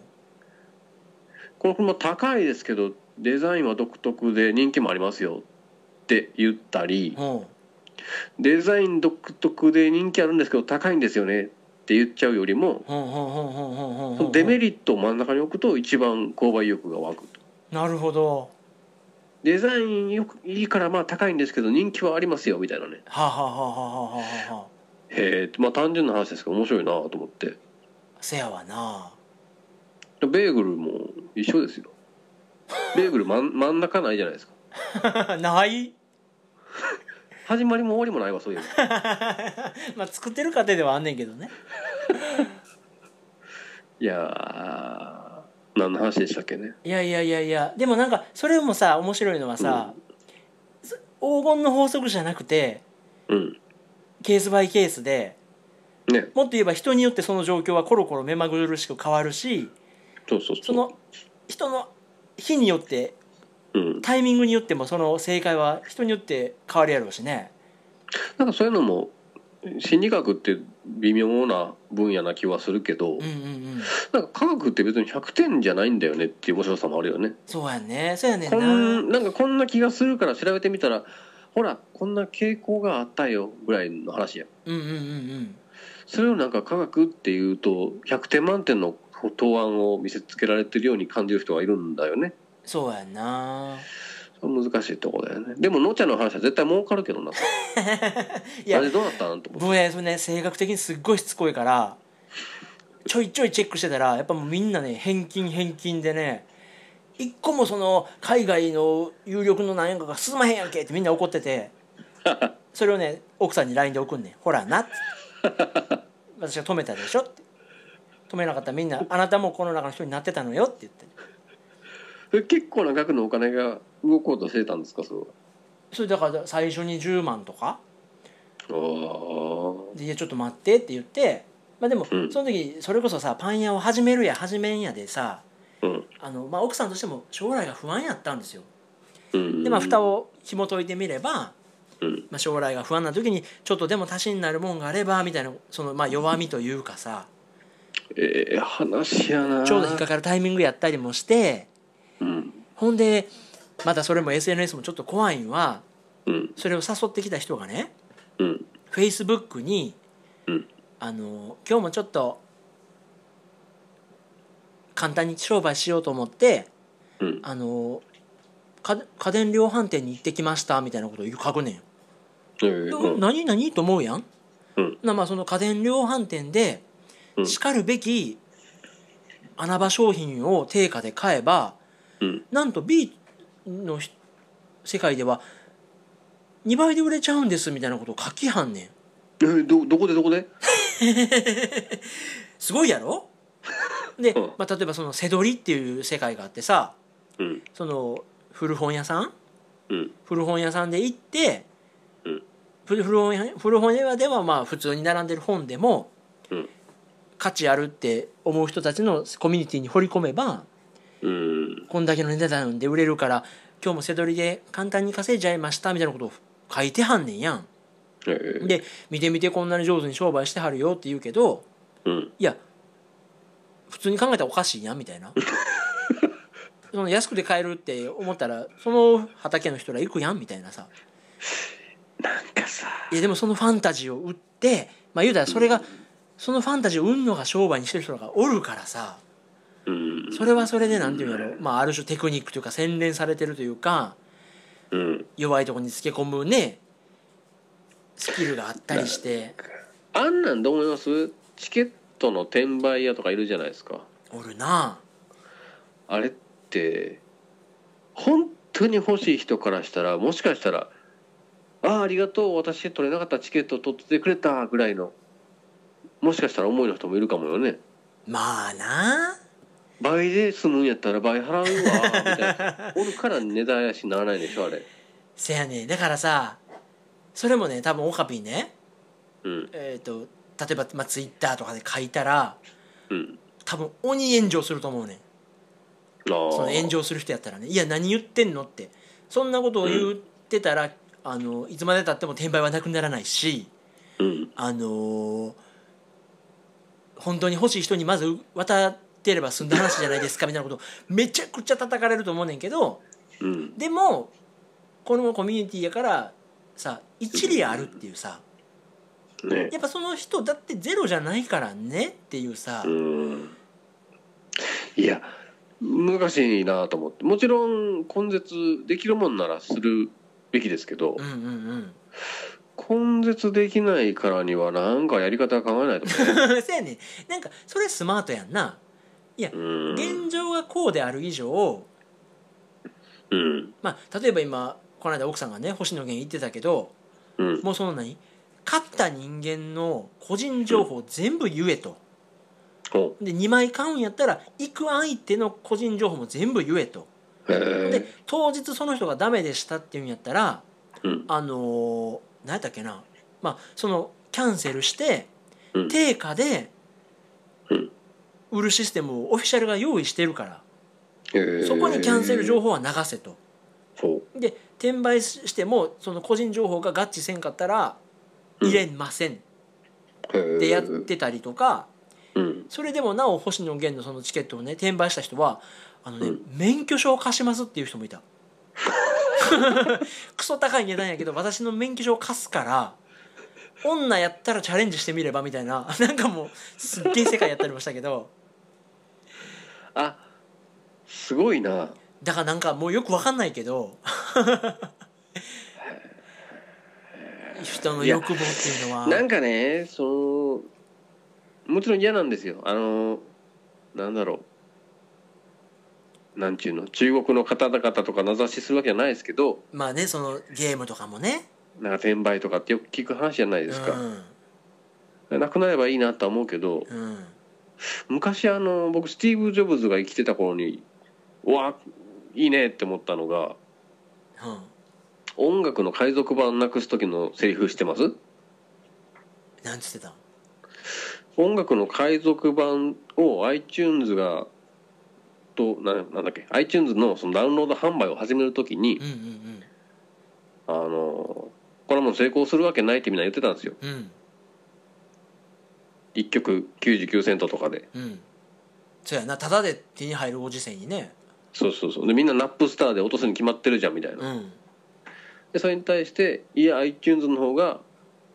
C: この車高いですけどデザインは独特で人気もありますよって言ったり
B: うん
C: デザイン独特で人気あるんですけど高いんですよねって言っちゃうよりも
B: うんうんうんうんうんうん
C: そのデメリットを真ん中に置くと一番購買意欲が湧くと
B: なるほど
C: デザインよくいいからまあ高いんですけど人気はありますよみたいなね
B: はあはあはあはあはあはあはあ
C: へえまあ単純な話ですけど面白いなと思って
B: せやわな
C: でベーグルも一緒ですよベーグル真ん真ん中ないじゃないですか
B: ない
C: 始まりも終わりもないわそういう
B: まあ作ってる過程ではあんねんけどね
C: いやー何の話でしたっけね
B: いやいやいやいやでもなんかそれもさ面白いのはさ、そ黄金の法則じゃなくて
C: うん
B: ケースバイケースで
C: ね
B: もっと言えば人によってその状況はコロコロ目まぐるしく変わるし
C: そうそうそう
B: その人の日によって
C: うん、
B: タイミングによってもその正解は人によって変わるやろうしね
C: なんかそういうのも心理学って微妙な分野な気はするけど、
B: うんうんうん
C: なんか科学って別に100点じゃないんだよねっていう面白さもあるよね。
B: そうやんねそうやねん
C: こ
B: なん
C: なんかこんな気がするから調べてみたらほらこんな傾向があったよぐらいの話や
B: うんうんうん
C: それをなんか科学っていうと100点満点の答案を見せつけられてるように感じる人がいるんだよね
B: そうやんな
C: 難しいとこだよねでものちゃんの話は絶対儲かるけど な
B: いや
C: あれどうなったんと思っ
B: 僕ねそれね性格的にすっごいしつこいからちょいちょいチェックしてたらやっぱもうみんなね返金返金でね一個もその海外の有力の何やかが進まへんやんけってみんな怒っててそれをね奥さんに LINE で送んねんほらなって私が止めたでしょって止めなかったらみんなあなたもこの中の人になってたのよって言って
C: て結構な額のお金が動こうとしてたんですかそれは
B: それだから最初に10万とか
C: あー
B: で「いやちょっと待って」って言ってまあでもそ
C: うん
B: の時それこそさパン屋を始めるや始めんやでさ
C: うん
B: あの、まあ、奥さんとしても将来が不安やったんですよ
C: うん
B: でまあ蓋を紐解いてみれば、
C: うん
B: まあ、将来が不安な時にちょっとでも足しになるもんがあればみたいなそのまあ弱みというかさ
C: ええ話やな
B: ちょうど引っかかるタイミングやったりもして
C: うん
B: ほんでまたそれも SNS もちょっと怖いんは
C: うん
B: それを誘ってきた人がね
C: うん
B: フェイスブックに、
C: うん
B: あの今日もちょっと簡単に商売しようと思って
C: うん
B: あのか家電量販店に行ってきましたみたいなことを書くねんよ。
C: えーう
B: う
C: んん
B: 何何と思うやん。
C: うん
B: なまあその家電量販店で
C: うん
B: しかるべき穴場商品を定価で買えば
C: うん
B: なんと B のひ世界では2倍で売れちゃうんですみたいなことを書きはんねん。
C: えーどどこでどこです
B: ごい やろで
C: うん、
B: まあ、例えばその背取りっていう世界があってさ
C: うん
B: その古本屋さん
C: うん
B: 古本屋さんで行ってふ古本屋古本屋ではまあ普通に並んでる本でも
C: うん
B: 価値あるって思う人たちのコミュニティに掘り込めば
C: うん
B: こんだけの値段で売れるから今日も背取りで簡単に稼いじゃいましたみたいなことを書いてはんねんやん。
C: ええ
B: で見て見てこんなに上手に商売してはるよって言うけど
C: うん
B: いや普通に考えたらおかしいやんみたいなその安くて買えるって思ったらその畑の人ら行くやんみたいなさ
C: なんかさ
B: いやでもそのファンタジーを売ってまあ言うたらそれがそのファンタジーを売るのが商売にしてる人らがおるからさ
C: うん
B: それはそれでなんていうんやろまあある種テクニックというか洗練されてるというか
C: うん
B: 弱いところにつけ込むねスキルがあったりして
C: あんなんどう思いますチケットの転売屋とかいるじゃないですか
B: おるな
C: あれって本当に欲しい人からしたらもしかしたら「ああありがとう私取れなかったチケット取ってくれた」ぐらいのもしかしたら思いの人もいるかもよね
B: まあな
C: 倍で済むんやったら倍払うわみたいな おるから値段やしならないでしょあれ
B: せやねだからさそれもね多分オカピーね、
C: うん
B: えー、と例えば、まあ、ツイッターとかで書いたら
C: うん
B: 多分鬼炎上すると思うねん
C: ああ
B: その炎上する人やったらね「いや何言ってんの?」ってそんなことを言ってたら、あのいつまでたっても転売はなくならないし
C: うん
B: あのー本当に欲しい人にまず渡ってれば済んだ話じゃないですかみたいなことをめちゃくちゃ叩かれると思うねんけど
C: うん
B: でもこのコミュニティやからさ一理あるっていうさ
C: ね
B: やっぱその人だってゼロじゃないからねっていうさ、
C: うんいや難しいなと思ってもちろん根絶できるもんならするべきですけど
B: うん、うんうん
C: 根絶できないからにはなんかやり方考えないとね
B: そうやねなんか それスマートやんな
C: うん
B: 現状がこうである以上、
C: うん
B: まあ、例えば今この間奥さんがね星野源言ってたけど
C: うん
B: もうその何勝った人間の個人情報全部言えと。
C: お
B: で2枚買うんやったら行く相手の個人情報も全部言えと。
C: へ
B: で
C: え
B: 当日その人がダメでしたっていうんやったら
C: うん
B: あのー何やったっけな、まあ、そのキャンセルして
C: うん
B: 定価で
C: うん
B: 売るシステムをオフィシャルが用意してるから
C: へえ
B: そこにキャンセル情報は流せと。
C: そう
B: で転売してもその個人情報が合致せんかったら入れませんっ
C: へえ
B: てやってたりとか
C: うん
B: それでもなお星野源のそのチケットをね転売した人はあのね、
C: うん
B: 免許証を貸しますっていう人も いたクソ高い値段やけど私の免許証を貸すから女やったらチャレンジしてみればみたいななんかもうすっげえ世界やったりもしたけど
C: あすごいな
B: だからなんかもうよくわかんないけど人の欲望っていうのは
C: なんかねそのもちろん嫌なんですよあのなんだろうなんちゅうの中国の方々とか名指しするわけじゃないですけど
B: まあねそのゲームとかもね
C: なんか転売とかってよく聞く話じゃないですか、
B: うん
C: なくなればいいなとは思うけど
B: うん
C: 昔あの僕スティーブ・ジョブズが生きてた頃にうわいいねって思ったのが
B: うん、
C: 音楽の海賊版なくす時のセリフしてます
B: なんつってたん
C: 音楽の海賊版を iTunes がとななんだっけ iTunes のそのダウンロード販売を始めるときに
B: うんうん
C: あのこれはもう成功するわけないってみんな言ってたんですよ
B: うんうん
C: 1曲99セントとかで
B: うんそうやなただで手に入るご時世にね
C: そうそうそうでみんなナップスターで落とすに決まってるじゃんみたいな
B: うん
C: でそれに対していや iTunes の方が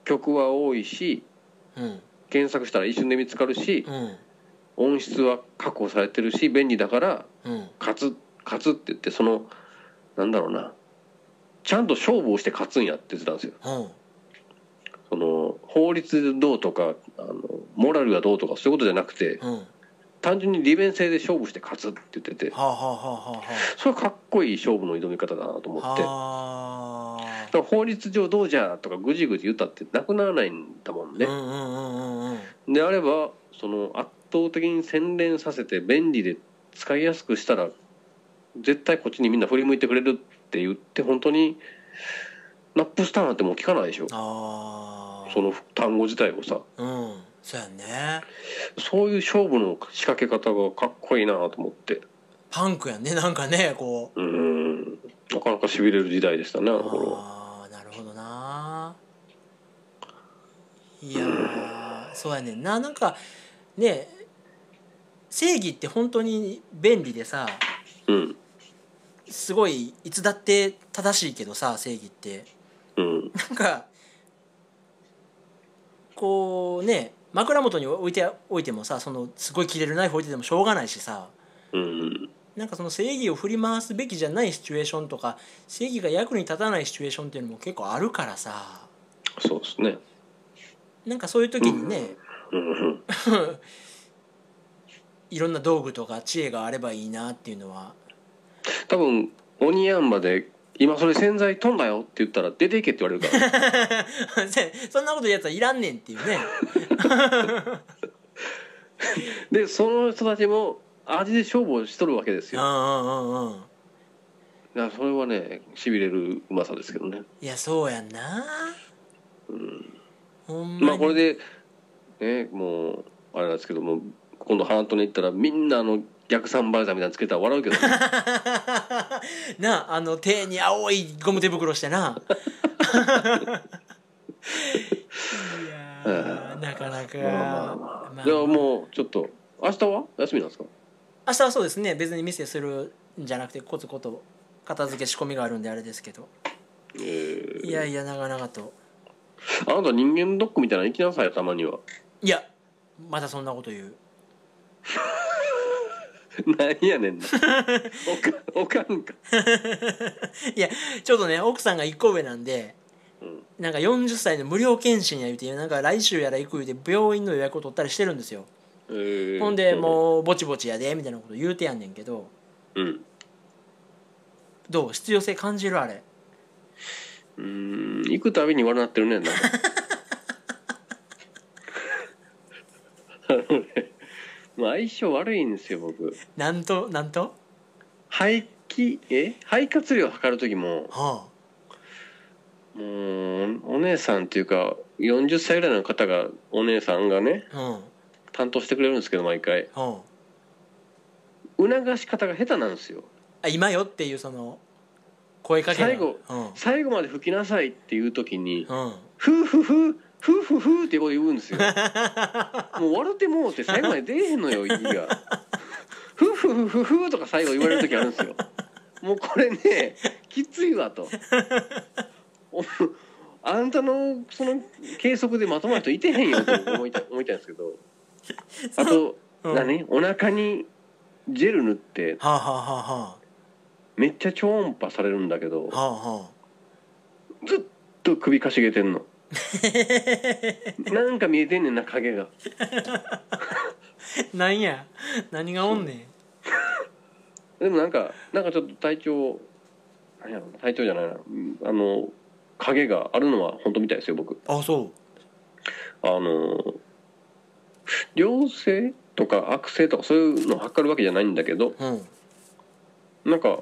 C: 曲は多いし
B: うん
C: 検索したら一瞬で見つかるし
B: うん
C: 音質は確保されてるし便利だから
B: うん
C: 勝つ勝つって言ってそのなんだろうなちゃんと勝負をして勝つんやって言ってたんですよ
B: うん
C: その法律どうとかあのモラルがどうとかそういうことじゃなくて
B: うんは
C: 単純に利便性で勝負して勝つって言ってて
B: あ、はあはあは
C: それはかっこいい勝負の挑み方だなと思
B: あ
C: ってだか
B: はあはあ
C: ら法律上どうじゃとかぐじぐじ言ったってなくならないんだもんね
B: う、んうんうんうんうん
C: であればその圧倒的に洗練させて便利で使いやすくしたら絶対こっちにみんな振り向いてくれるって言って本当にナップスターなんてもう聞かないでしょ
B: ああ
C: その単語自体をさ
B: うんそうやね
C: そういう勝負の仕掛け方がかっこいいなと思って
B: パンクやねなんかねこう
C: うーんなかなかしびれる時代でしたねあの頃は
B: ああなるほどないやーそうやねんななんかね正義って本当に便利でさ
C: うん
B: すごいいつだって正しいけどさ正義って
C: うん
B: なんかこうね枕元に置いておいてもさそのすごい切れるナイフ置いててもしょうがないしさ
C: うん
B: なんかその正義を振り回すべきじゃないシチュエーションとか正義が役に立たないシチュエーションっていうのも結構あるからさ
C: そうですね
B: なんかそういう時にね、
C: うんうん
B: いろんな道具とか知恵があればいいなっていうのは
C: 多分鬼ヤンマで「今それ洗剤飛んだよ」って言ったら「出ていけ」って言われるから
B: せそんなこと言うやつはいらんねんっていうね
C: でその人たちも味で勝負をしとるわけです
B: うん
C: よ
B: うんうんうん
C: だからそれはねしびれるうまさですけどね
B: いやそうやんなほんまに
C: まあこれでねもうあれなんですけども今度半島に行ったらみんなあの逆三バレザみたいなのつけたら笑うけど、ね、
B: なああの手に青いゴム手袋してな いやーなかなか
C: まあ
B: まあまあ
C: じゃあもうちょっと明日は休みなんですか
B: 明日はそうですね別に店するんじゃなくてコツコツ片付け仕込みがあるんであれですけど
C: えー
B: いやいや長々と
C: あなた人間ドックみたいなの行きなさいよたまには
B: いやまたそんなこと言う
C: なんやねん なおかんおかんか
B: いやちょっとね奥さんが1個上なんで
C: うん
B: なんか40歳の無料検診や言うてなんか来週やら行く言うて病院の予約を取ったりしてるんですよ
C: えー
B: ほんでもうぼちぼちやでみたいなこと言うてやんねんけど
C: うん
B: どう必要性感じるあれ
C: うーん行くたびに笑ってるねんなあのねまあ相性悪いんですよ僕
B: なんとなんと
C: 排気え肺活量測る時も
B: は
C: もうお姉さんっていうか40歳ぐらいの方がお姉さんがね
B: あうん
C: 担当してくれるんですけど毎回
B: うん
C: 促し方が下手なんですよ
B: あ今よっていうその声かけの
C: 最後
B: うん
C: 最後まで吹きなさいっていう時に
B: うん
C: 「ふうふうふうふうふうふう」ってこと言うんですよもう笑ってもうって最後まで出えへんのよ息が「ふうふうふうふうふう」とか最後言われる時あるんですよもうこれねきついわとおあんたのその計測でまとまる人いてへんよと思いた思いたいんですけどあと、
B: うん
C: 何お腹にジェル塗って
B: はあはあはあは
C: めっちゃ超音波されるんだけど
B: あはあ は
C: ずっと首かしげてんのなんか見えてんねんな影が
B: あなんや何がおんねん
C: でもなんかなんかちょっと体調なんやろ体調じゃないなうんあの影があるのは本当みたいですよ僕
B: あそ
C: あの良性とか悪性とかそういうのを測るわけじゃないんだけど
B: ううん
C: なんか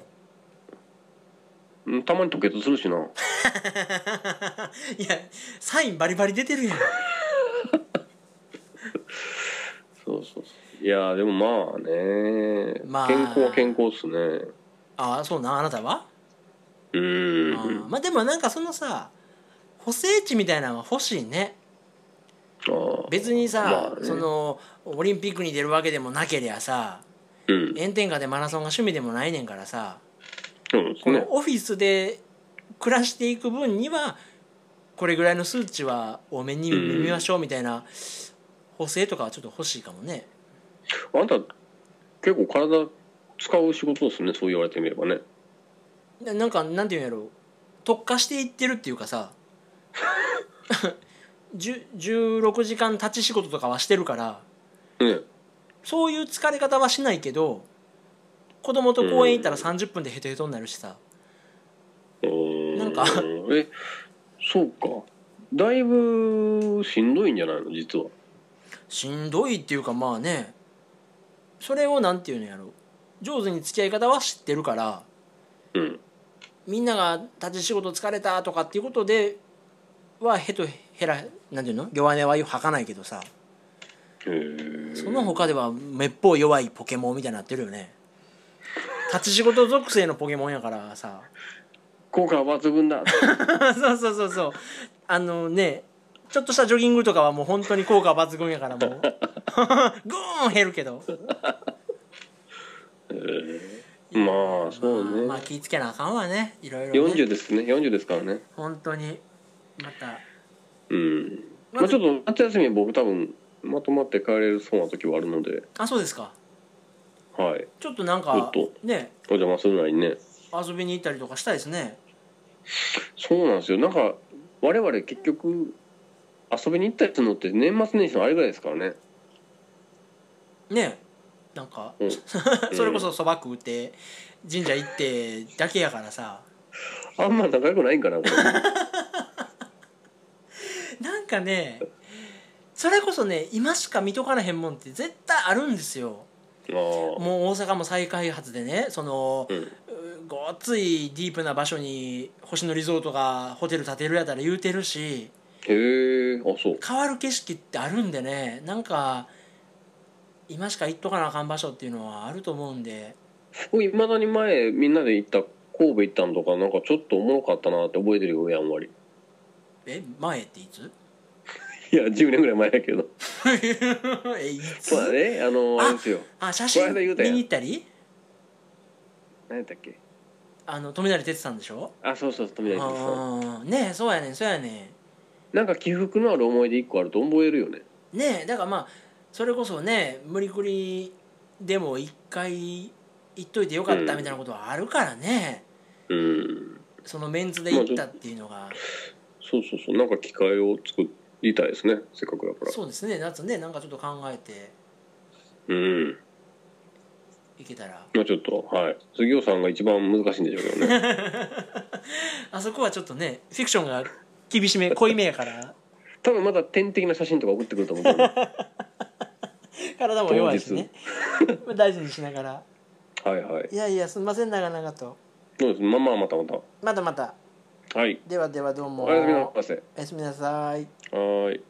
C: うんたまに吐血するしない
B: やサインバリバリ出てるやん
C: そうそうそういやーでもまあね、
B: まあ
C: 健康は健康っすね
B: ああそうなんあなたは
C: う
B: あ
C: ん
B: ーまあでもなんかそのさ補正値みたいなのは欲しいね
C: あー
B: 別に
C: ま
B: さ、
C: あね
B: そのオリンピックに出るわけでもなけりゃさ
C: うん
B: 炎天下でマラソンが趣味でもないねんからさ
C: そうです
B: こ
C: ね
B: のオフィスで暮らしていく分にはこれぐらいの数値は多めに
C: うん
B: 見ましょうみたいな補正とかはちょっと欲しいかもね
C: あんた結構体使う仕事ですねそう言われてみればね
B: ななんかなんていうんやろう特化していってるっていうかさ じゅ16時間立ち仕事とかはしてるから
C: ね
B: そういう疲れ方はしないけど子供と公園行ったら30分でヘトヘトになるしさ
C: うー
B: なんか
C: えそうかだいぶしんどいんじゃないの実は
B: しんどいっていうかまあねそれをなんていうのやろう上手に付き合い方は知ってるから
C: うん
B: みんなが立ち仕事疲れたとかっていうことではへとへらなんていうの弱音は吐かないけどさ
C: うん
B: その他ではめっぽう弱いポケモンみたいになってるよね立ち仕事属性のポケモンやからさ
C: 効果は抜群 だ
B: そうそうそうそうあのねちょっとしたジョギングとかはもう本当に効果抜群やからもうグーン減るけど
C: まあそうね、
B: まあ気ぃつけなあかんわねいろいろ、ね、
C: 40ですね40ですからね
B: 本当にまた
C: うんまあちょっと夏休みは僕多分まとまって帰れるそうな時はあるので
B: あそうですか
C: はい
B: ちょっとなん
C: ちょ
B: か
C: っと
B: ね
C: お邪魔するなりね
B: 遊びに行ったりとかしたいですね
C: そうなんですよなんか我々結局遊びに行ったりするのって年末年始のあれぐらいですからね、
B: ねなんか
C: うん
B: それこそそば食うて神社行ってだけやからさ
C: あんま仲良くないんかなこれ
B: なんかねそれこそね今しか見とかなへんもんって絶対あるんですよ
C: あ
B: もう大阪も再開発でねその
C: あうん
B: うごっついディープな場所に星野リゾートがホテル建てるやたら言うてるし
C: へえあそう
B: 変わる景色ってあるんでねなんか今しか行っとかなあかん場所っていうのはあると思うんで
C: 僕いまだに前みんなで行った神戸行ったんとかなんかちょっとおもろかったなって覚えてるよやんわり
B: え前っていつ
C: いや10年ぐらい前やけど
B: えい つ
C: そうだねあの
B: あ
C: あれですよ
B: あ写
C: こ
B: 真
C: の間
B: 見
C: 言うたやん
B: に行ったり
C: 何やったっけ
B: あの富成哲さんでしょ
C: あそうそう富
B: う
C: 永さん
B: んねえそうやねんそうやね
C: なんか起伏のある思い出一個あると覚えるよね
B: んねえだからまあそれこそね無理くりでも一回行っといてよかったみたいなことはあるからね、
C: うん
B: そのメンズで行ったっていうのが、
C: そうそうそうなんか機会を作りたいですねせっかくだから
B: そうですね夏ねなんかちょっと考えて
C: うん
B: いけたら
C: まあちょっとはい杉尾さんが一番難しいんでしょうけど ね
B: あそこはちょっとねフィクションが 厳しめ濃いめやから
C: 多分まだ点滴の写真とか送ってくると思う けどね
B: 体も弱いしね 大事にしながら
C: はいはい
B: いやいやすみません長々と
C: そうですまあまあまたまた
B: またまた
C: はい
B: ではではどうも
C: おやすみなさい
B: おやすみなさい
C: はーい